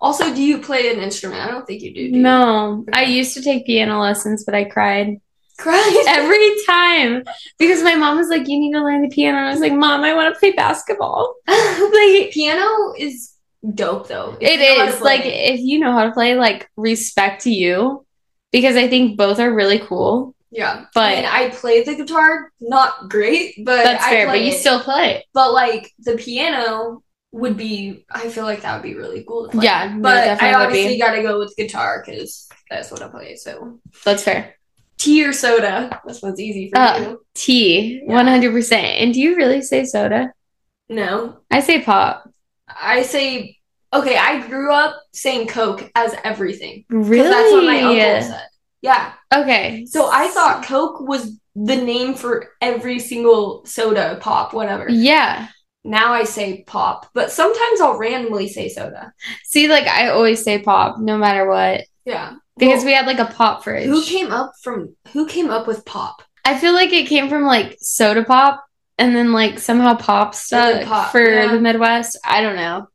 Also, do you play an instrument? I don't think you do. do you? No, I used to take piano lessons, but I cried. Christ. every time because my mom was like, "You need to learn the piano." And I was like, "Mom, I want to play basketball." like piano is dope though. If it you know how to is like play. if you know how to play, like respect to you because I think both are really cool. yeah. but- I mean, I play the guitar, not great, but That's I fair, play but you it. still play. But like the piano would be, I feel like that would be really cool. To play. Yeah, no, it but definitely I would be. obviously got to go with guitar because that's what I play. So That's fair. tea or soda? This one's easy for Uh. you. Tea, Yeah. one hundred percent. And do you really say soda? No, I say pop. I say, okay, I grew up saying Coke as everything. 'Cause Really? That's what my uncle said. Yeah. Okay. So I thought Coke was the name for every single soda, pop, whatever. Yeah. Now I say pop, but sometimes I'll randomly say soda. See, like I always say pop, no matter what, Yeah. because Well, we had like a pop fridge. who came up from who came up with pop? I feel like it came from like soda pop and then like somehow pop stuff then pop, for yeah. the Midwest. I don't know.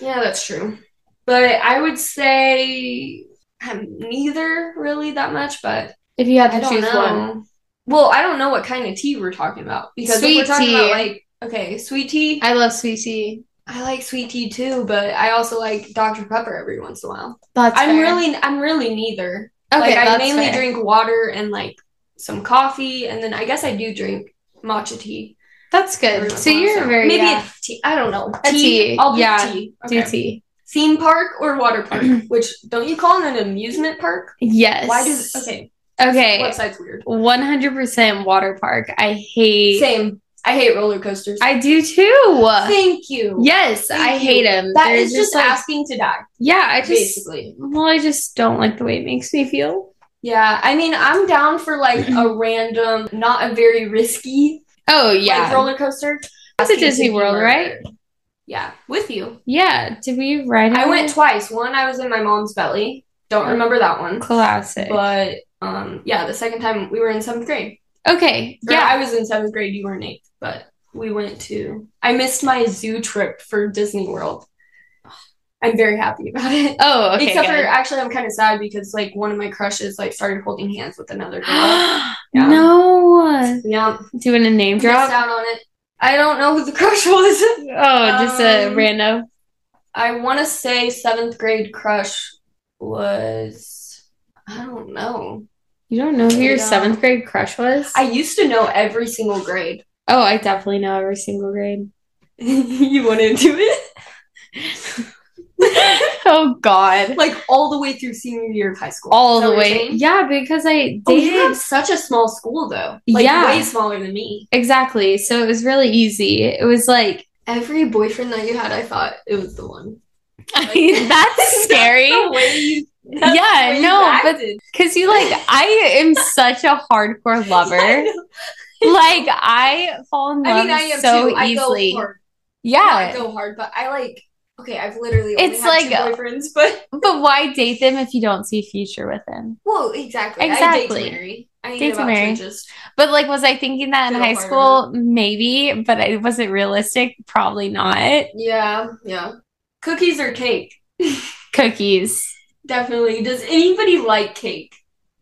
Yeah, that's true. But I would say um, neither really that much, but If you had I to don't choose know. one. Well, I don't know what kind of tea we're talking about because if Sweet we're talking tea. about like okay, sweet tea. I, I love sweet tea. like sweet tea too, but I also like Dr Pepper every once in a while. That's I'm fair. really I'm really neither. okay. like I that's mainly fair. drink water and like some coffee, and then I guess I do drink matcha tea. That's every good. once So in a while, you're very maybe yeah, a tea. I don't know A tea, I'll pick yeah, tea. do Okay. tea. Theme park or water park? Which don't you call it an amusement park? Yes. Why does okay? Okay. Website's weird. One hundred percent water park. I hate. Same. I hate roller coasters. I uh, do too. Thank you. Yes, Thank I you. hate them. That is just, like asking to die, yeah. I just basically. well, I just don't like the way it makes me feel. Yeah, I mean, I'm down for like a random, not a very risky Oh yeah. yeah, roller coaster. That's at Asking Disney to be World, right? murdered. Yeah, with you. yeah. Did we ride? I on went it? twice. One, I was in my mom's belly. Don't remember that one. classic. But um, yeah, the second time we were in seventh grade. okay, Or yeah. I was in seventh grade. You were in eighth, but we went to. I missed my zoo trip for Disney World. I'm very happy about it. Oh, okay. Except for good. actually, I'm kind of sad because like one of my crushes like started holding hands with another girl. Yeah. no, yeah, doing a name dropped drop. out on it. I don't know who the crush was. Oh, just a Um, random. I want to say seventh grade crush was I don't know. You don't know who your no. seventh grade crush was? I used to know every single grade. oh, I definitely know every single grade. you went into it oh God, like all the way through senior year of high school. all Is that the what you're way. saying? Yeah, because I Oh, you dated have such a small school though. Like Yeah. way smaller than me. exactly, so it was really easy. It was like Every boyfriend that you had, I thought it was the one. that's scary. The way you, Yeah, no, but- but Cause you like, I am such a hardcore lover. I like, I fall in love I mean, I am so too. I easily. go hard. yeah, I go hard, but I like. Okay, I've literally only It's had like- uh, two boyfriends, but but why date them if you don't see a future with them? well, exactly. I Exactly. date to marry. I ain't Date to about marry. just. But like, was I thinking that Go in high harder. school? Maybe, but it wasn't realistic. Probably not. Yeah, yeah. Cookies or cake? Cookies, Definitely. Does anybody like cake?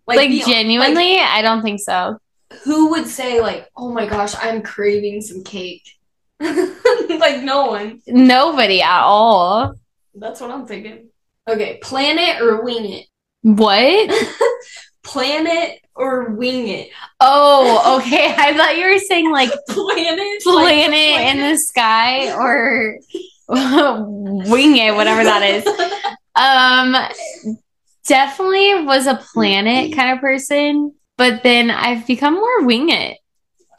like, be- genuinely, I don't think so. who would say like, "Oh my gosh, I'm craving some cake"? like no one. Nobody at all. That's what I'm thinking. Okay, plan it or wing it. What? Plan it or wing it. Oh, okay. I thought you were saying like Planet. planet in the sky or wing it, whatever that is. Um, definitely was a planet kind of person, but then I've become more wing it.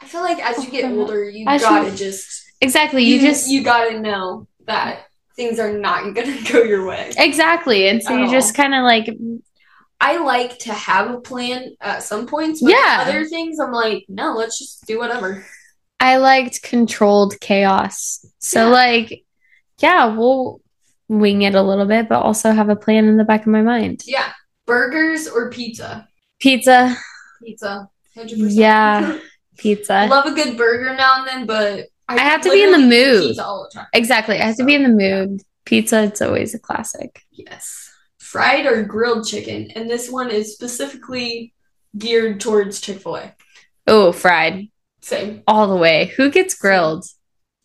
I feel like as you get older, you I should- gotta just Exactly. You, just you gotta know that things are not gonna go your way. exactly, and so At you just kind of like I like to have a plan at some points, but Yeah. other things I'm like, no, let's just do whatever. I liked controlled chaos. So Yeah. like, yeah, we'll wing it a little bit, but also have a plan in the back of my mind. Yeah, burgers or pizza? Pizza, Pizza, 100%. Yeah. pizza. love a good burger now and then, but I have to be in the literally eat mood. Pizza all the time. Exactly. I have to be in the Oh, mood. Pizza, it's always a classic. Yes, fried or grilled chicken, and this one is specifically geared towards Chick Fil A. Oh, fried Same. all the way. Who gets grilled?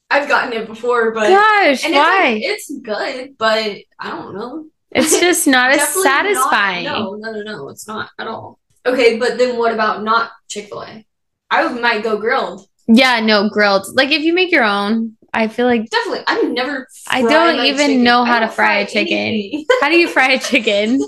I've gotten it before, but Gosh, and why? It's, like, it's good, but I don't know. It's just not as Definitely not- satisfying. no, no, no, no, it's not at all. Okay, but then what about not Chick Fil A? I might go grilled. Yeah, no, grilled. Like if you make your own, I feel like Definitely, I've never. I fried don't my even chicken. know I how to don't fry a chicken. anything. how do you fry a chicken?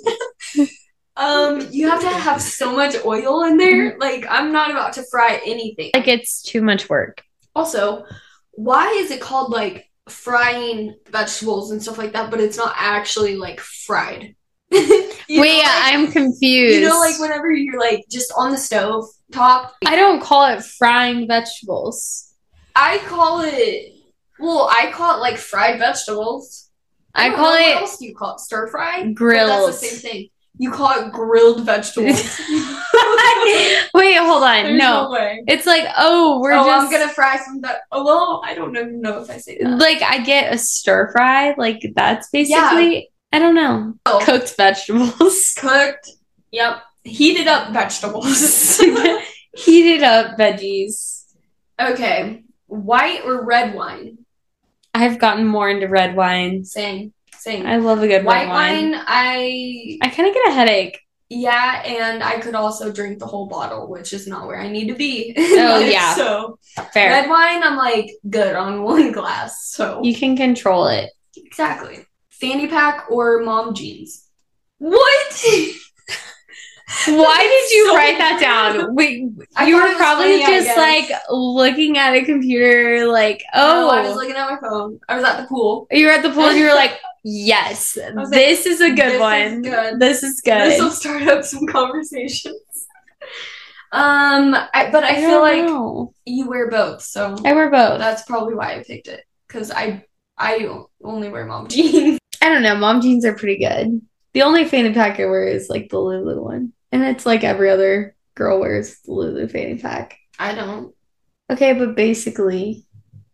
Um, you have to have so much oil in there. Like, I'm not about to fry anything. Mm-hmm. Like it's too much work. Also, why is it called like frying vegetables and stuff like that, but it's not actually like fried? You know, Wait, like- I'm confused. You know, like whenever you're like just on the stove top, I don't call it frying vegetables. I call it. Well, I call it like fried vegetables. I, don't call know What it else do you call it? Stir fry. But grilled. That's the same thing. You call it grilled vegetables. There's Wait, hold on. No. way. It's like, oh, we're oh, just I'm gonna fry some. That. Oh, well, I don't even know if I say that. like I get a stir fry. Like that's basically I don't know. Oh. Cooked vegetables. Cooked. Yep. Heated up vegetables. Heated up veggies. okay. White or red wine? I've gotten more into red wines. Same. Same. I love a good White red wine. wine, I I kind of get a headache. Yeah, and I could also drink the whole bottle, which is not where I need to be. Oh, yeah. So Fair. red wine, I'm like good on one glass. So you can control it. exactly. Fanny pack or mom jeans? What? Why did you so write that down? We, I thought it you were was probably funny, I just guess. like looking at a computer, like, Oh, I was oh, looking at my phone. I was at the pool. you were at the pool and you were like, Yes, like, this is a good this is one. good. This is This will good. start up some conversations. um, I, but I, feel like you wear both, so I wear both. that's probably why I picked it because I I only wear mom jeans. I don't know. Mom jeans are pretty good. The only fanny pack I wear is like the Lulu one, and it's like every other girl wears the Lulu fanny pack. I don't. Okay, but basically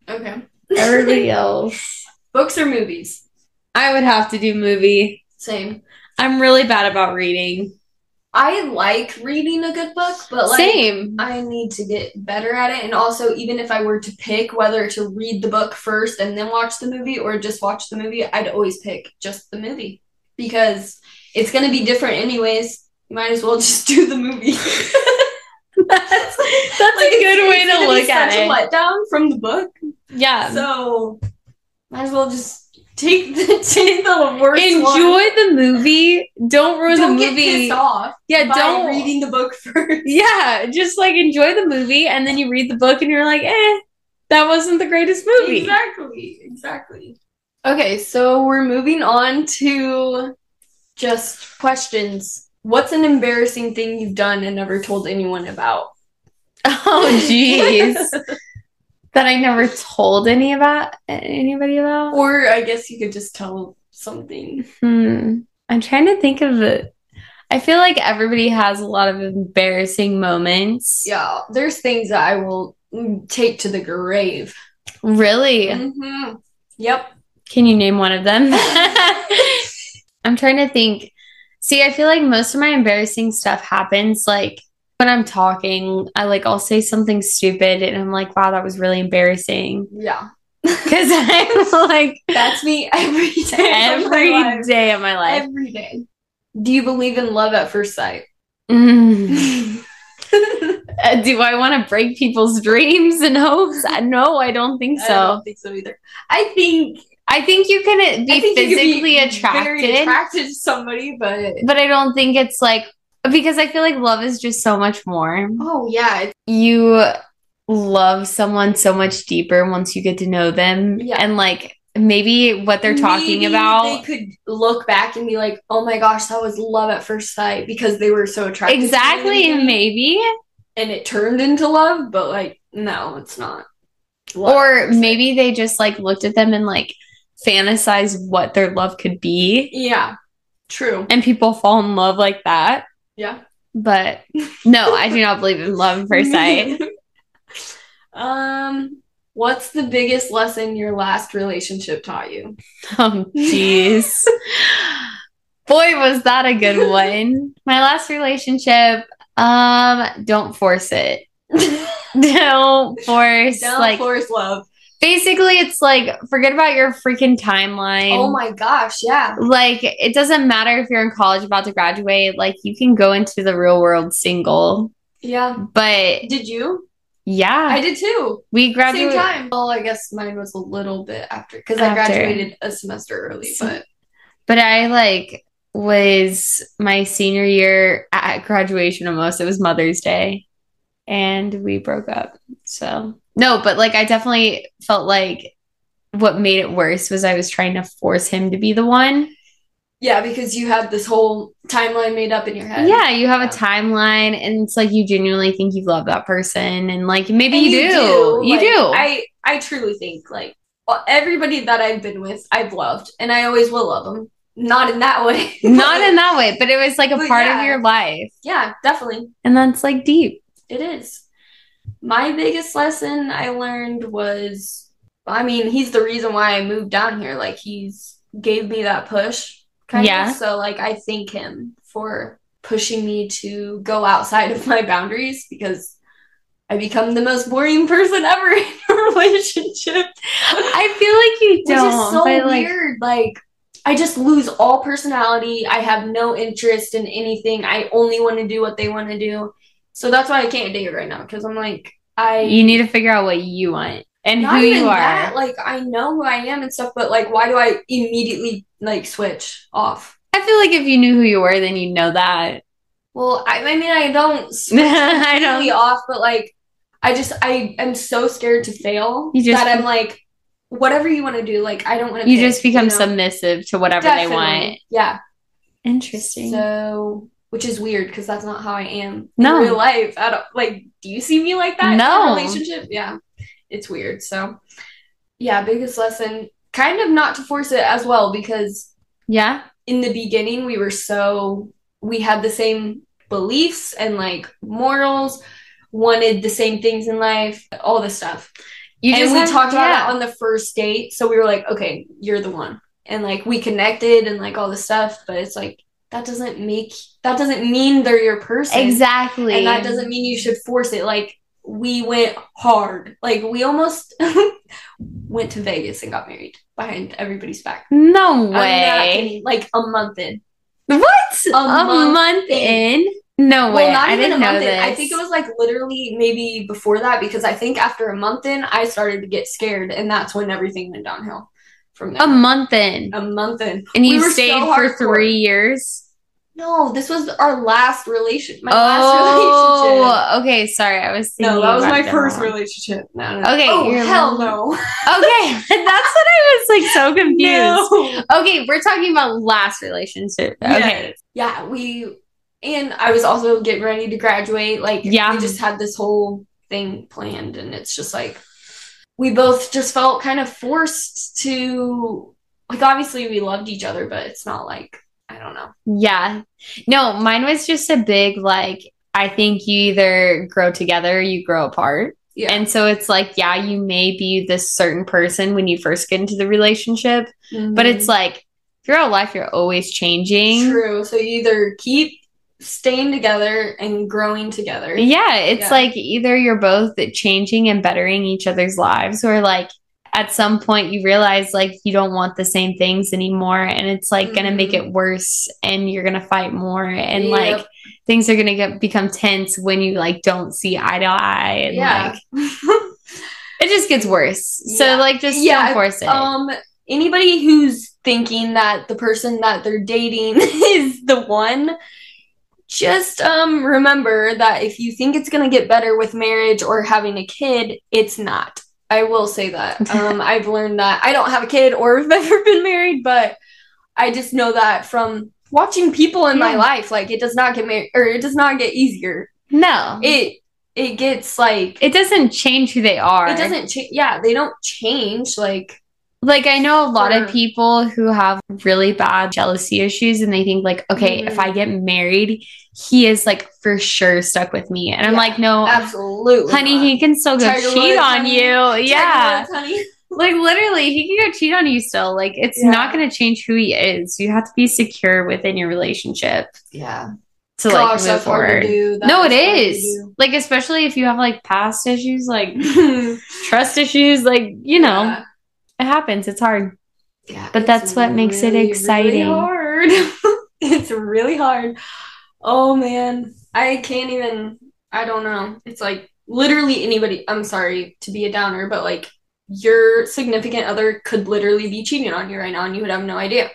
Okay. everybody else, Books or movies? I would have to do movie. Same. I'm really bad about reading. I like reading a good book, but like Same. I need to get better at it. And also, even if I were to pick whether to read the book first and then watch the movie or just watch the movie, I'd always pick just the movie because it's going to be different anyways. You might as well just do the movie. that's that's a good way to look at such it. a letdown from the book. yeah. So, might as well just take the, take the worst one. Enjoy the movie. Don't ruin Don't the get movie. pissed off Yeah, by don't reading the book first. Yeah, just like enjoy the movie and then you read the book and you're like, eh, that wasn't the greatest movie. Exactly, exactly. Okay, so we're moving on to just questions. What's an embarrassing thing you've done and never told anyone about? Oh jeez. that I never told any about anybody about. or I guess you could just tell something. Hmm. I'm trying to think of it. I feel like everybody has a lot of embarrassing moments. Yeah, there's things that I will mm, take to the grave. Really? Mhm. Yep. Can you name one of them? I'm trying to think. See, I feel like most of my embarrassing stuff happens like when I'm talking, I like I'll say something stupid and I'm like, wow, that was really embarrassing. Yeah. Cause I'm like That's me every day. of my every life. day of my life. Every day. Do you believe in love at first sight? Mm. Uh, Do I want to break people's dreams and hopes? I- No, I don't think I so. don't think so either. I think I think you can uh, I be think you could physically very attracted. attracted to somebody, but but I don't think it's like because I feel like love is just so much more. oh yeah, it's- You love someone so much deeper once you get to know them Yeah. and like maybe what they're talking maybe They about. could look back and be like, "Oh my gosh, that was love at first sight," because they were so attracted. to one Exactly, another, maybe. and it turned into love, but like, no, it's not. Love at Or first sight. maybe they just like looked at them and like fantasized what their love could be. yeah, true. And people fall in love like that. Yeah, But no, I do not believe in love at first sight. um, what's the biggest lesson your last relationship taught you? Oh, jeez. Boy, was that a good one. My last relationship, um, don't force it. Don't force. Down like, force love. basically, it's like, forget about your freaking timeline. Oh my gosh, yeah. Like, it doesn't matter if you're in college about to graduate. Like, you can go into the real world single. Yeah. But Did you? yeah, I did too. we Same graduated. time. Well, I guess mine was a little bit after because I After. graduated a semester early, but But I like was my senior year at graduation almost. It was Mother's Day and we broke up. So, no, but like I definitely felt like what made it worse was I was trying to force him to be the one. yeah, because you had this whole timeline made up in your head. Yeah, you have Yeah. a timeline and it's like you genuinely think you love that person and like maybe And you, do. You Like, do. I I truly think like well, everybody that I've been with, I've loved, and I always will love them. Not in that way. Not in that way, but it was like a But part yeah. of your life. yeah, definitely. And that's like deep. It is. My biggest lesson I learned was I mean, he's the reason why I moved down here. Like he's gave me that push kind Yeah. of. So like I thank him for pushing me to go outside of my boundaries because I become the most boring person ever in a relationship. I feel like you Which don't. is so but, like, weird. Like I just lose all personality. I have no interest in anything. I only want to do what they want to do. So that's why I can't date right now because I'm like I you need to figure out what you want and not who even you are. that, like I know who I am and stuff, but like why do I immediately like switch off? I feel like if you knew who you were, then you'd know that. Well, I, I mean I don't switch I completely don't. off, but like I just I am so scared to fail You just- that I'm like whatever you want to do. Like I don't want to. You just become submissive to whatever they want. Yeah. Interesting. So, which is weird because that's not how I am No. in real life. I don't like. Do you see me like that? in a No. relationship. Yeah, it's weird. So, yeah, biggest lesson, kind of not to force it as well because yeah. in the beginning we were so we had the same beliefs and like morals wanted the same things in life all this stuff You and we have- talked about yeah. it on the first date so we were like okay you're the one and like we connected and like all this stuff but it's like that doesn't make that doesn't mean they're your person exactly. and that doesn't mean you should force it like we went hard like we almost went to vegas and got married behind everybody's back No I'm not way. kidding, like a month in What? A, month, month in? No way. Well, not I even didn't a know month in. this. I think it was like literally maybe before that because I think after a month in, I started to get scared, and that's when everything went downhill from there. a month in. a month in. And we you were so stayed for hardcore. three years. No, this was our last relation. My last relationship. oh, okay. Sorry, I was thinking. No, that was about my the first wrong- relationship. No, no, no. Okay, Oh, your hell last- no. Okay, that's what I was like so confused. No. Okay, we're talking about last relationship. Okay, Yes. Yeah, we and I was also getting ready to graduate. Like Yeah. we just had this whole thing planned and it's just like we both just felt kind of forced to like obviously we loved each other, but it's not like I don't know. yeah, no, mine was just a big like. I think you either grow together, or you grow apart. Yeah. And so it's like, yeah, you may be this certain person when you first get into the relationship, Mm-hmm. but it's like throughout life, you're always changing. true. So you either keep staying together and growing together. Yeah, it's Yeah. like either you're both changing and bettering each other's lives, or like at some point you realize like you don't want the same things anymore, and it's like gonna make Mhm. it worse, and you're gonna fight more, and Yep. like things are gonna get become tense when you like don't see eye to eye, and Yeah. like it just gets worse. So Yeah. like just Yeah, don't force it. Um, anybody who's thinking that the person that they're dating is the one, just um remember that if you think it's gonna get better with marriage or having a kid, it's not. I will say that. Um, I've learned that. I don't have a kid or have ever been married, but I just know that from watching people in my Yeah. life. Like it does not get married or it does not get easier. no, it, It it gets like it, doesn't change who they are. doesn't change. Yeah, they don't change. Like Like I know a lot of Sure. people who have really bad jealousy issues and they think like, okay, Mhm. if I get married, he is like for sure stuck with me. And I'm Yeah, like, no, absolutely, honey, not. he can still go Tiger cheat Woods, on honey. you. yeah yeah. Like literally, he can go cheat on you still. Like it's Yeah. not gonna change who he is. You have to be secure within your relationship yeah to like move forward. do. No, it is. Like especially if you have like past issues, like trust issues, like you know, it happens. It's hard. yeah But it's that's what makes it exciting. hard it's really hard oh man i can't even i don't know it's like literally anybody i'm sorry to be a downer but like your significant other could literally be cheating on you right now and you would have no idea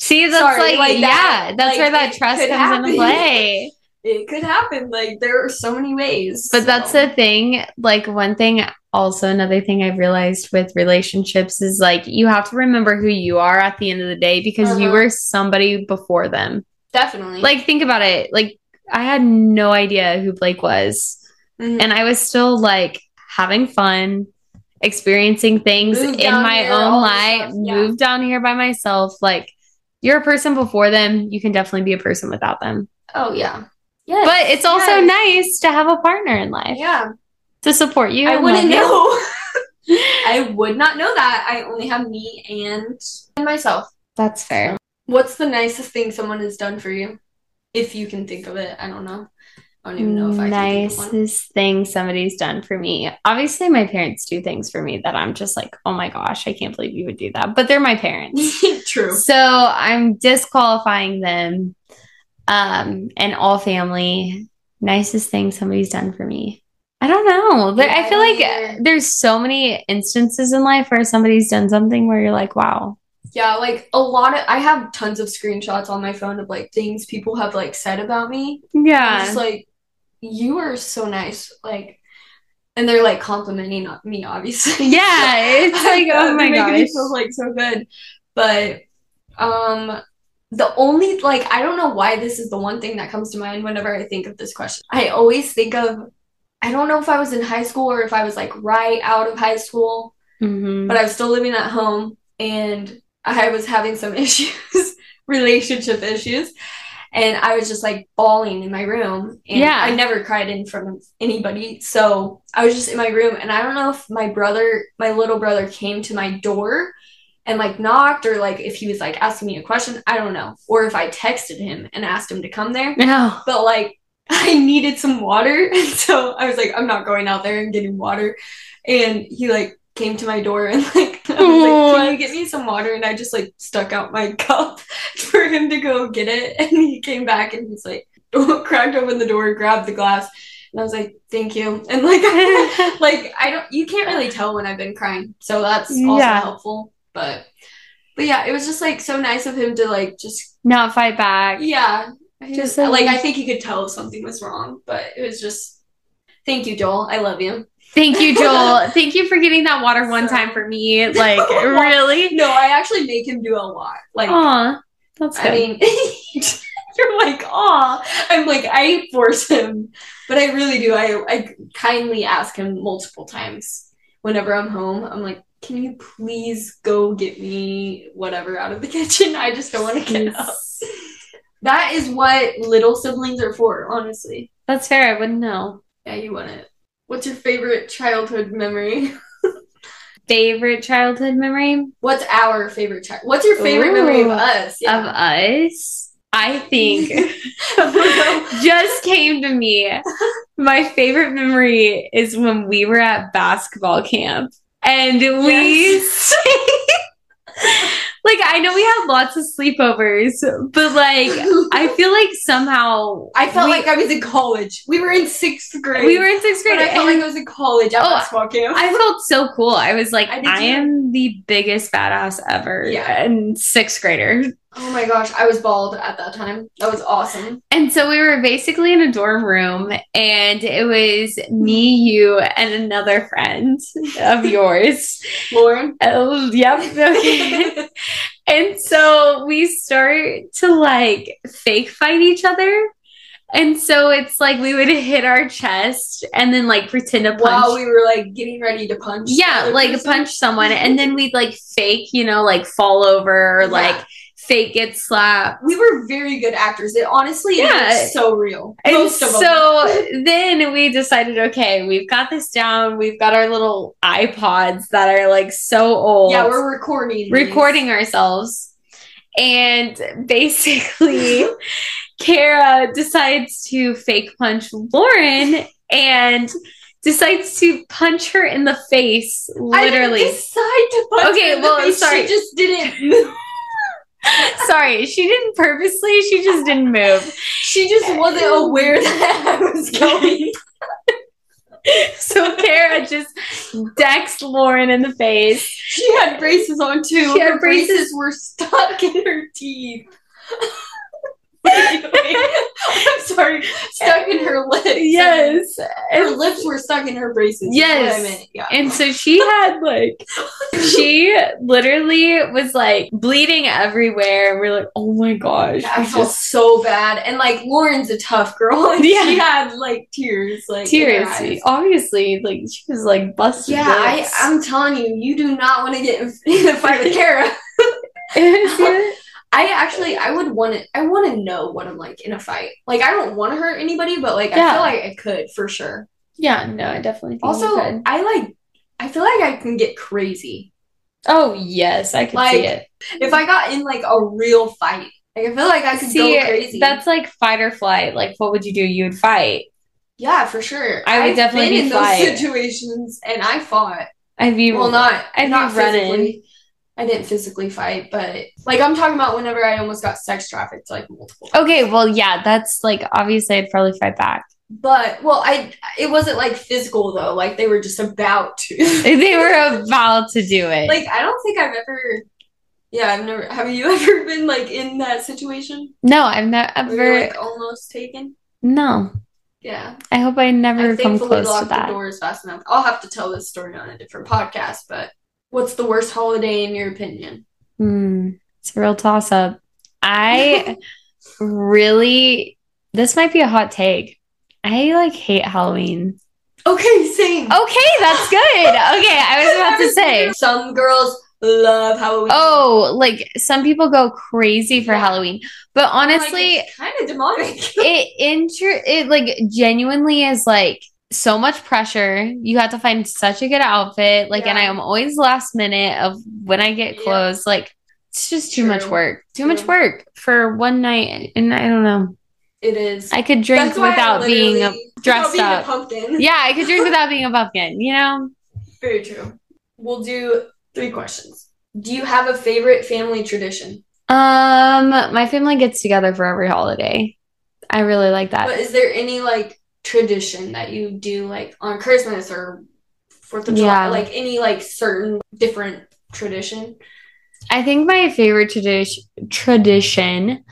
See, that's Sorry, like, like yeah, that- like, that's where that it trust could comes happen. into play. it could happen like there are so many ways But that's so. the thing. Like, one thing, also, another thing I've realized with relationships is like you have to remember who you are at the end of the day because you Uh-huh. were somebody before them. definitely Like, think about it. Like, I had no idea who Blake was, Mhm. and I was still like having fun, experiencing things Moved in down my here, own all this life, stuff, yeah. moved down here by myself. Like, you're a person before them. You can definitely be a person without them. oh yeah yeah But it's also yes. nice to have a partner in life yeah to support you. I and wouldn't love you. know. I would not know that. I only have me and, and myself. That's fair. What's the nicest thing someone has done for you? If you can think of it, I don't know. I don't even know if I can think of one. Nicest thing somebody's done for me. Obviously, my parents do things for me that I'm just like, oh my gosh, I can't believe you would do that. But they're my parents. True. so I'm disqualifying them um, and all family. Nicest thing somebody's done for me. I don't know. There, Yeah, I I feel don't like either. there's so many instances in life where somebody's done something where you're like, wow. Yeah, like a lot of I have tons of screenshots on my phone of like things people have like said about me. Yeah. I'm just like, you are so nice. Like, and they're like complimenting on me, obviously. Yeah, it's like oh They're my making gosh. me feel like so good. But um the only like I don't know why this is the one thing that comes to mind whenever I think of this question. I always think of I don't know if I was in high school or if I was like right out of high school, Mhm. but I was still living at home and I was having some issues, relationship issues. And I was just like bawling in my room. And Yeah. I never cried in front of anybody. So I was just in my room. And I don't know if my brother, my little brother, came to my door and like knocked or like if he was like asking me a question. I don't know. Or if I texted him and asked him to come there. No. But like I needed some water. And so I was like, I'm not going out there and getting water. And he like came to my door and like, I was like, can you get me some water? And I just like stuck out my cup for him to go get it. And he came back and he's like, cracked open the door, grabbed the glass. And I was like, thank you. And like, like I don't, you can't really tell when I've been crying. So that's also Yeah. helpful. But, but yeah, it was just like so nice of him to like just Not fight back. yeah. I Just Just like like- I think he could tell if something was wrong, but it was just thank you, Joel. I love you. Thank you, Joel. Thank you for getting that water one So- time for me. Like really? No, I actually make him do a lot. Like Aw. That's good. I mean you're like, aw. I'm like, I force him. But I really do. I I kindly ask him multiple times whenever I'm home. I'm like, can you please go get me whatever out of the kitchen? I just don't want to get up. That is what little siblings are for, honestly. That's fair. I wouldn't know. Yeah, you won it. What's your favorite childhood memory? Favorite childhood memory What's our favorite child? What's your favorite Ooh. memory of us? of us? I think just came to me. My favorite memory is when we were at basketball camp and we like I know we had lots of sleepovers, but like I feel like somehow I felt we- like I was in college. We were in sixth grade. we were in sixth grade. But I felt and like I was in college at Oh, basketball camp. I felt so cool. I was like, I I, did too. am the biggest badass ever. Yeah. And sixth grader. oh my gosh, I was bald at that time. That was awesome. And so we were basically in a dorm room, and it was me, you, and another friend of yours. Lauren. Oh, yep. Okay. and so we start to like fake fight each other. And so it's like we would hit our chest and then like pretend to punch. While we were like getting ready to punch. the yeah, other like person. punch someone. And then we'd like fake, you know, like fall over or Yeah. like fake get slapped. We were very good actors. It honestly Yeah. it was so real. And Most of them. so then we decided, okay, we've got this down. We've got our little iPods that are like so old. Yeah, we're recording. these. recording ourselves. And basically, Kara decides to fake punch Lauren and decides to punch her in the face, I literally. didn't decide to punch Okay, her in the well, face. sorry. She just didn't. move. Sorry, she didn't purposely, she just didn't move. She just wasn't aware that I was going. So Kara just decks Lauren in the face. She had braces on too. She had her braces. were stuck in her teeth. I'm sorry, stuck in her lips. Yes. her lips were stuck in her braces. is what I Yes. meant, yeah. And so she had like, she literally was like bleeding everywhere. And we're like, oh my gosh. I we felt just- so bad, and like Lauren's a tough girl, and Yeah. she had like tears, like in her eyes. tears. Obviously, like she was like busted. Yeah, I, lips. I'm telling you, you do not want to get in, in a fight with Kara. I actually, I would want to, I want to know what I'm like in a fight. Like, I don't want to hurt anybody, but like, I Yeah. feel like I could for sure. yeah, no, I definitely. Think Also, you could. I like, I feel like I can get crazy oh yes, I could Like, see it. if I got in like a real fight. Like, I feel like I could see, go crazy. that's like fight or flight. Like, what would you do? You would fight. yeah, for sure. I would I've definitely been be in fight. those situations, and I fought. I'd be Well, not I'd be not running. physically. I didn't physically fight, but like I'm talking about whenever I almost got sex trafficked, like multiple. Okay, well, yeah, that's like obviously I'd probably fight back. But well, I it wasn't like physical though. Like they were just about to. they were about to do it. like I don't think I've ever. Yeah, I've never. Have you ever been like in that situation? no, I've not Where you're ever. like almost taken. No, Yeah. I hope I never I come thankfully close to locked the that. doors fast enough. I'll have to tell this story on a different podcast, but what's the worst holiday in your opinion? Hmm. It's a real toss up. I really, this might be a hot take. I like hate Halloween. Okay, same. Okay, that's good. Okay, I was about to say. Some girls love Halloween. Oh, like some people go crazy for Yeah. Halloween, but honestly, kind of demonic. it inter it like genuinely is like so much pressure. You have to find such a good outfit. Like, and I Yeah. am always last minute of when I get Yeah. clothes. Like, it's just too much True. work. Too much True. work for one night, and I don't know. It is. I could drink That's why I without being a, literally- without dressed being up. A pumpkin. yeah. I could drink without being a pumpkin. You know, Very true. We'll do three questions. Do you have a favorite family tradition? um, my family gets together for every holiday. I really like that. But is there any like tradition that you do like on Christmas or Fourth of July? Yeah. Like any like certain different tradition? I think my favorite tradition tradition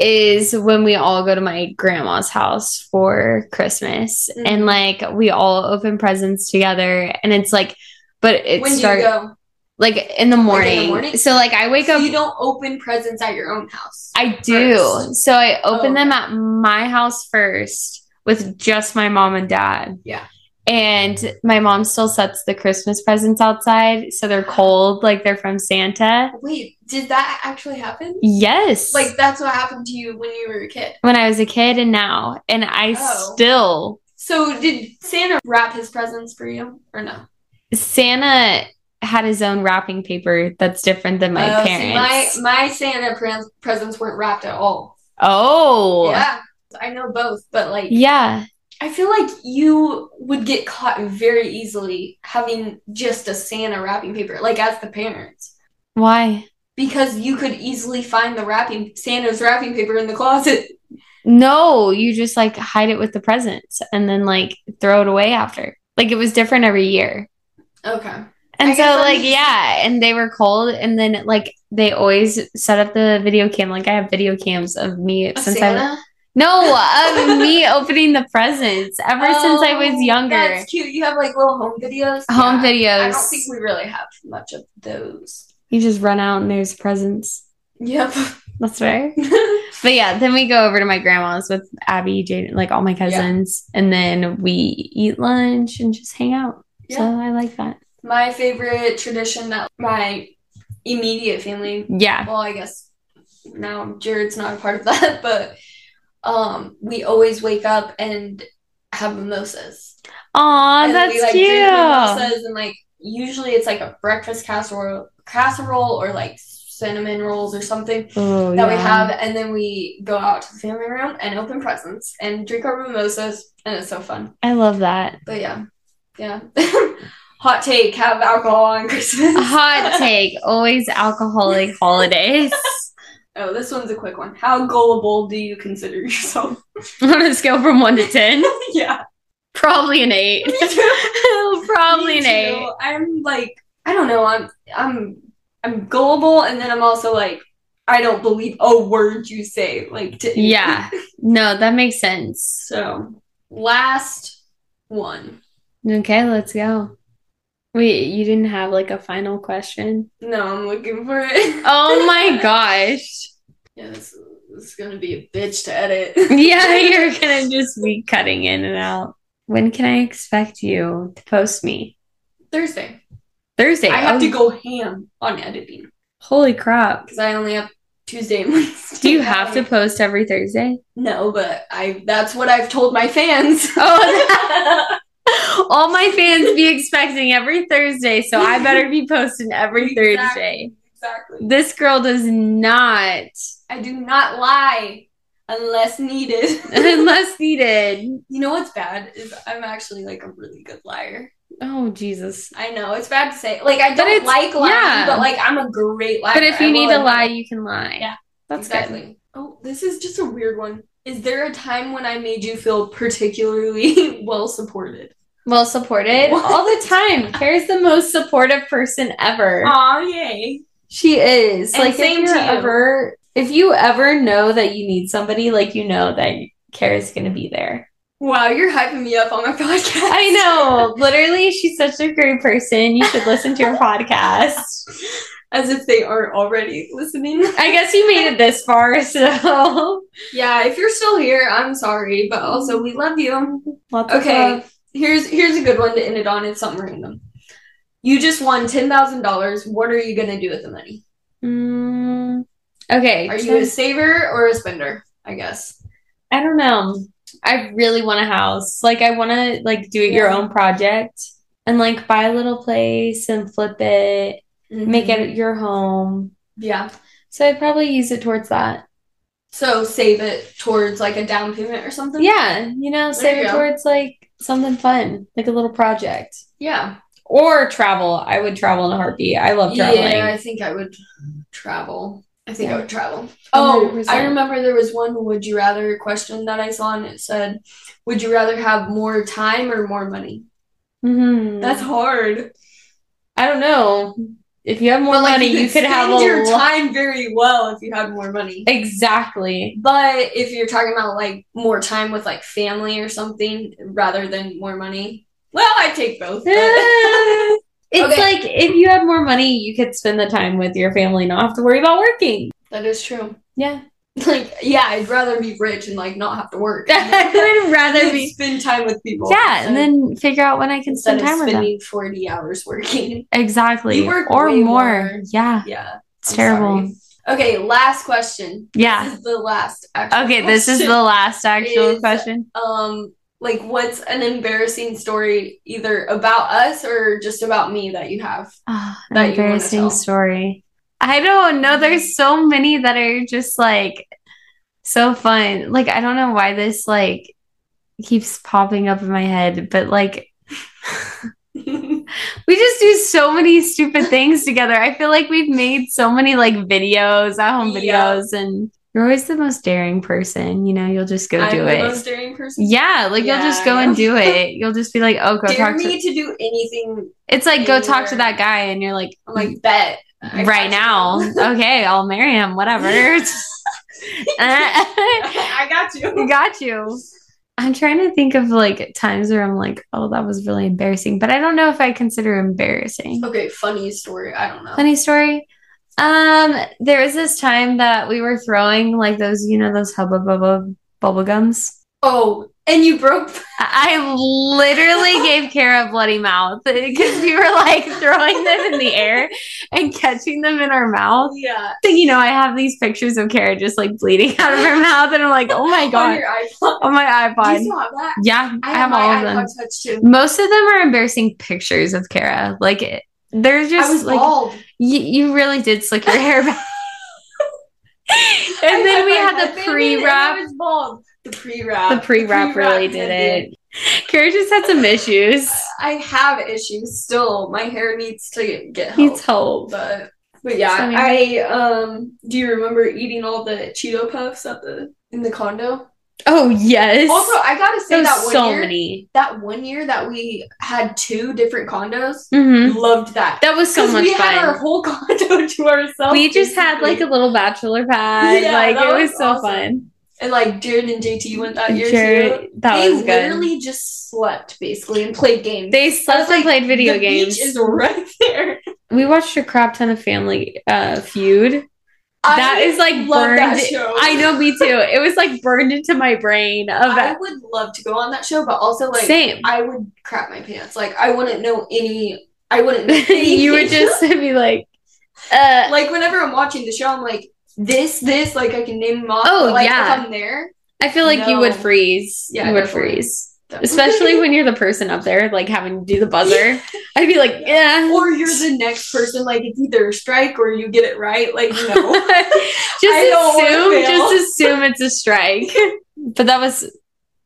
is when we all go to my grandma's house for Christmas Mhm. and like we all open presents together and it's like but it when starts do you go? like in the morning. morning? So like I wake So up you don't open presents at your own house. I do. first. So I open Oh, them at my house first with just my mom and dad. Yeah. And my mom still sets the Christmas presents outside so they're cold like they're from Santa. Wait, did that actually happen? Yes. Like that's what happened to you when you were a kid. when I was a kid and now, and I Oh. still So did Santa wrap his presents for you or no? Santa had his own wrapping paper that's different than my Oh, see, parents. my my Santa pre- presents weren't wrapped at all. oh, yeah. Yeah, I know both, but like I feel like you would get caught very easily having just a Santa wrapping paper, like as the parents, Why? because you could easily find the wrapping Santa's wrapping paper in the closet. No, you just like hide it with the presents and then like throw it away after. Like it was different every year. Okay. I And so, guess I'm like, just- yeah, and they were cold. And then, like, they always set up the video cam. Like, I have video cams of me Of since I. Santa? No, of me opening the presents ever since I was Oh, younger. That's cute. You have like little home videos. home Yeah. videos. I don't think we really have much of those. you just run out and there's presents. Yep. That's fair. But yeah, then we go over to my grandma's with Abby, Jaden, like all my cousins, and then we eat lunch and just hang out. So yeah. I like that. My favorite tradition that my immediate family Yeah. well, I guess now Jared's not a part of that, but um, we always wake up and have mimosas. Aw, and Ah, that's we like cute. drink mimosas and like usually it's like a breakfast casserole, casserole or like cinnamon rolls or something Oh, that we yeah. have, and then we go out to the family room and open presents and drink our mimosas, and it's so fun. I love that. But yeah, yeah. Hot take: have alcohol on Christmas. Hot take. Always alcoholic holidays. Oh, this one's a quick one. How gullible do you consider yourself? On a scale from one to ten, yeah. probably an eight. Me too. Me probably an too. eight. I'm like, I don't know. I'm, I'm, I'm gullible, and then I'm also like, I don't believe a word you say. Like, to Yeah. No, that makes sense. So, last one. Okay, let's go. Wait, you didn't have like a final question? No, I'm looking for it. Oh my gosh. Yeah, this, this is gonna be a bitch to edit. Yeah, you're gonna just be cutting in and out. When can I expect you to post me? Thursday. Thursday. I have Oh, to go ham on editing Holy crap. because I only have Tuesday and Wednesday. Do you have to post every Thursday? No, but I. That's what I've told my fans. Oh, All my fans be expecting every Thursday, so I better be posting every Exactly. Thursday. exactly. This girl does not, I do not lie unless needed. unless needed. you know what's bad is I'm actually like a really good liar. Oh, Jesus. I know it's bad to say. Like I But don't it's- like lying, yeah. but like I'm a great liar. But if you I need will to lie, admit. you can lie. Yeah. That's exactly. Oh, this is just a weird one. Is there a time when I made you feel particularly well supported? good. Well supported What? all the time. Carrie's the most supportive person ever. Aw, yay! She is. And like same if to you you. ever if you ever know that you need somebody, like you know that Kara's gonna be there. Wow, you're hyping me up on my podcast. I know. Literally, she's such a great person. You should listen to her podcast. As if they aren't already listening. I guess you made it this far, so Yeah, if you're still here, I'm sorry, but also we love you. Lots of Okay, love. uh, here's here's a good one to end it on. It's something random. You just won ten thousand dollars. What are you gonna do with the money? Mm, okay. Are you a saver or a spender? I guess. I don't know. I really want a house. Like I want to like do it your Yeah. own project and like buy a little place and flip it, make Mm-hmm. it your home. Yeah. So I'd probably use it towards that. So save it towards like a down payment or something. Yeah, you know, save you it go. towards like something fun, like a little project Yeah. or travel. I would travel in a heartbeat. I love traveling. Yeah, I think I would travel. I think Yeah. I would travel. Oh, 100%. I remember there was one would you rather question that I saw and it said, Would you rather have more time or more money? Mhm. That's hard. I don't know. If you have more But, like, money, you could have spend a your lot- time very well if you had more money. Exactly. But if you're talking about like more time with like family or something rather than more money, well, I take both. but- it's Okay. like if you had more money, you could spend the time with your family, not have to worry about working. that is true. Yeah. Like, yeah, I'd rather be rich and like not have to work. I would rather rather be. spend time with people. Yeah, instead- and then figure out when I can instead spend of time with them. spending 40 hours working. Exactly. You work or way more. more. Yeah. Yeah. It's I'm terrible. sorry. Okay, last question. Yeah. This is the last actual Okay, this is the question. last actual Is- question. um like what's an embarrassing story either about us or just about me that you have? Ah, that you an wanna embarrassing tell. Mm-hmm. story. I don't know. There's so many that are just like so fun. Like I don't know why this like keeps popping up in my head, but like we just do so many stupid things together. I feel like we've made so many like videos, at home Yeah. videos, and you're always the most daring person. You know, you'll just go I'm do the it. most daring person. yeah, like Yeah, you'll just go I and am. do it. You'll just be like, oh, go Dare talk to. me to do anything. It's like go talk to anywhere. that guy, and you're like, I'm like bet I got right now. you. okay, I'll marry him, whatever. I got you. Got you. I'm trying to think of like times where I'm like, oh, that was really embarrassing, but I don't know if I consider embarrassing. Okay, funny story. I don't know. Funny story. Um, there was this time that we were throwing like those, you know, those hubba bubba bubble gums. Oh, and you broke I I literally gave Kara a bloody mouth because we were like throwing them in the air and catching them in our mouth. yeah thing, you know, I have these pictures of Kara just like bleeding out of her mouth, and I'm like, oh my on god, your iPod. on my Do you iPod. still have that? Yeah, I have my all of iPod them. Touch too. Most of them are embarrassing pictures of Kara. Like it- they're I was just like bald. you, you really did slick your hair back. I and then we my had the headband in pre and I wrap. was bald. The pre-wrap. The pre wrap really did it. Kara just had some issues. I have issues still. My hair needs to get help. Needs help. but but yeah, Funny. I um. Do you remember eating all the Cheeto puffs at the in the condo? Oh yes. Also, I gotta say There's that one so year, many. that one year that we had two different condos, hmm loved that. That was so 'Cause much we fun. had our whole condo to ourselves. we just had like a little bachelor pad. Yeah, like that it was, was so awesome. and like Jared and JT went that fun. year Sure, too. that they was good. literally just slept basically and played games. They I slept was and like, played video the games. Beach is right there. we watched a crap ton of Family uh, Feud. That I is, like, love that burned- show. I know, me too. It was like burned into my brain of I would love to go on that show, but also like same. I would crap my pants. Like I wouldn't know any. I wouldn't. Know anything. you would just be like, uh, like whenever I'm watching the show, I'm like this, this. Like I can name them off. Oh, but, like, yeah. if I'm there. I feel like you would No. freeze. Yeah, you would definitely. freeze. then- Especially when you're the person up there, like having to do the buzzer. I'd be like, yeah. or you're the next person. Like it's either a strike or you get it right. Like no. just I don't wanna assume, fail. just assume it's a strike. but that was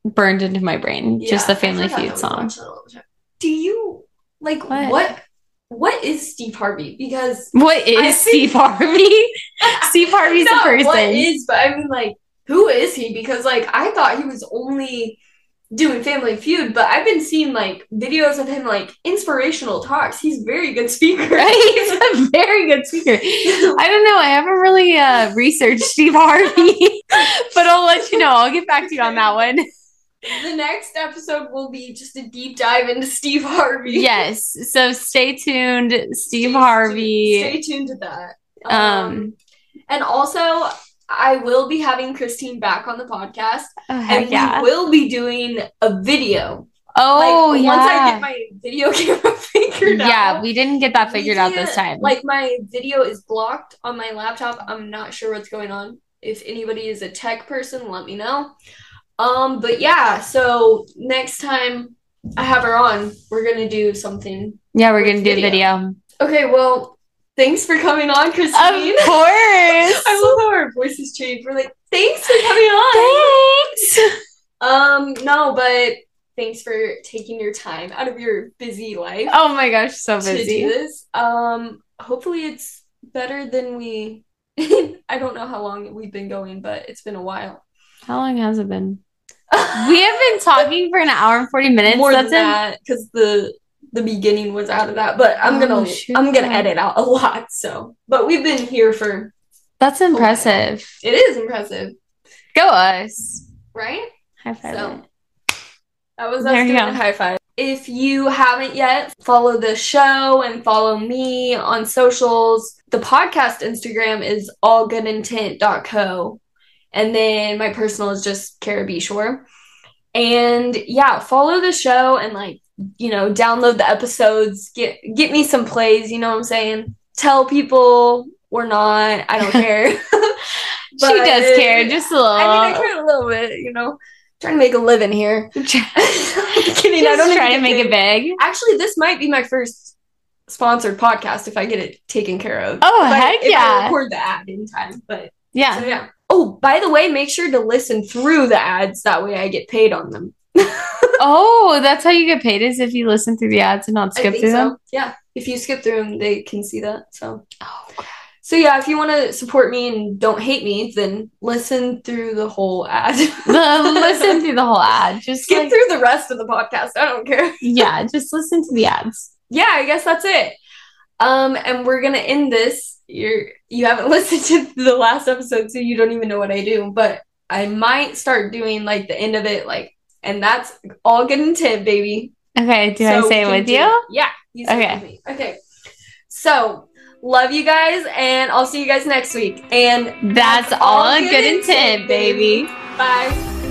burned into my brain. just Yeah, the I Family forgot Feud that we song. watched that all the time. Do you like What? what? what? is Steve Harvey? Because What is I think- Steve Harvey? Steve Harvey's a not person. what is, but I mean like who is he? Because like I thought he was only doing Family Feud, but I've been seeing like videos of him like inspirational talks. He's a very good speaker. right? He's a very good speaker. I don't know. I haven't really uh, researched Steve Harvey, but I'll let you know. I'll get back to you on that one. the next episode will be just a deep dive into Steve Harvey. yes. So stay tuned, Steve Stay- Harvey. Stay tuned to that. Um, and also I will be having Christine back on the podcast, oh, heck and we yeah. will be doing a video. oh like, yeah. Once I get my video camera figured out. yeah, we didn't get that we figured out can't- this time. Like my video is blocked on my laptop. I'm not sure what's going on. If anybody is a tech person, let me know. Um, but yeah, so next time I have her on, we're gonna do something. yeah, we're with gonna do a video. video. Okay, well, thanks for coming on, Christine. Of course. I love how our voices change. We're like, thanks for coming on. Thanks. Um, no, but thanks for taking your time out of your busy life Oh my gosh, so to do busy. this. Um, hopefully it's better than we. I don't know how long we've been going, but it's been a while. How long has it been? We have been talking for an hour and forty minutes. more than That's it. that because the the beginning was out of that, but I'm gonna Oh, shoot. I'm gonna edit out a lot. So, but we've been here for That's Oh, impressive. it is impressive, Go us. right? High five. So, it. That was us There doing you go. a high five. If you haven't yet, follow the show and follow me on socials. The podcast Instagram is allgoodintent.co. And then my personal is just Cara B. Shore. And yeah, follow the show and like, you know, download the episodes, get get me some plays, you know what I'm saying? Tell people or not, I don't care. she does But- care just a little. I mean, I care a little bit, you know. Trying to make a living here. kidding. Just think try I to make did. it big. Actually, this might be my first sponsored podcast if I get it taken care of. Oh, If I- heck if I yeah. record the ad in time, but so, Yeah. yeah. Oh, by the way, make sure to listen through the ads. That way, I get paid on them. Oh, that's how you get paid is if you listen through the ads and not I skip think through so. them. Yeah, if you skip through them, they can see that. So, Oh, so yeah, if you want to support me and don't hate me, then listen through the whole ad. The, listen through the whole ad. Just skip like- through the rest of the podcast. I don't care. Yeah, just listen to the ads. yeah, I guess that's it. Um, and we're gonna end this. You're you haven't listened to the last episode, so you don't even know what I do. But I might start doing like the end of it, like, and that's all good intent, baby. Okay, do So I say we it can with do- you? Yeah. You say it Okay. with me. Okay. So love you guys, and I'll see you guys next week. And That's all a good intent, baby. bye.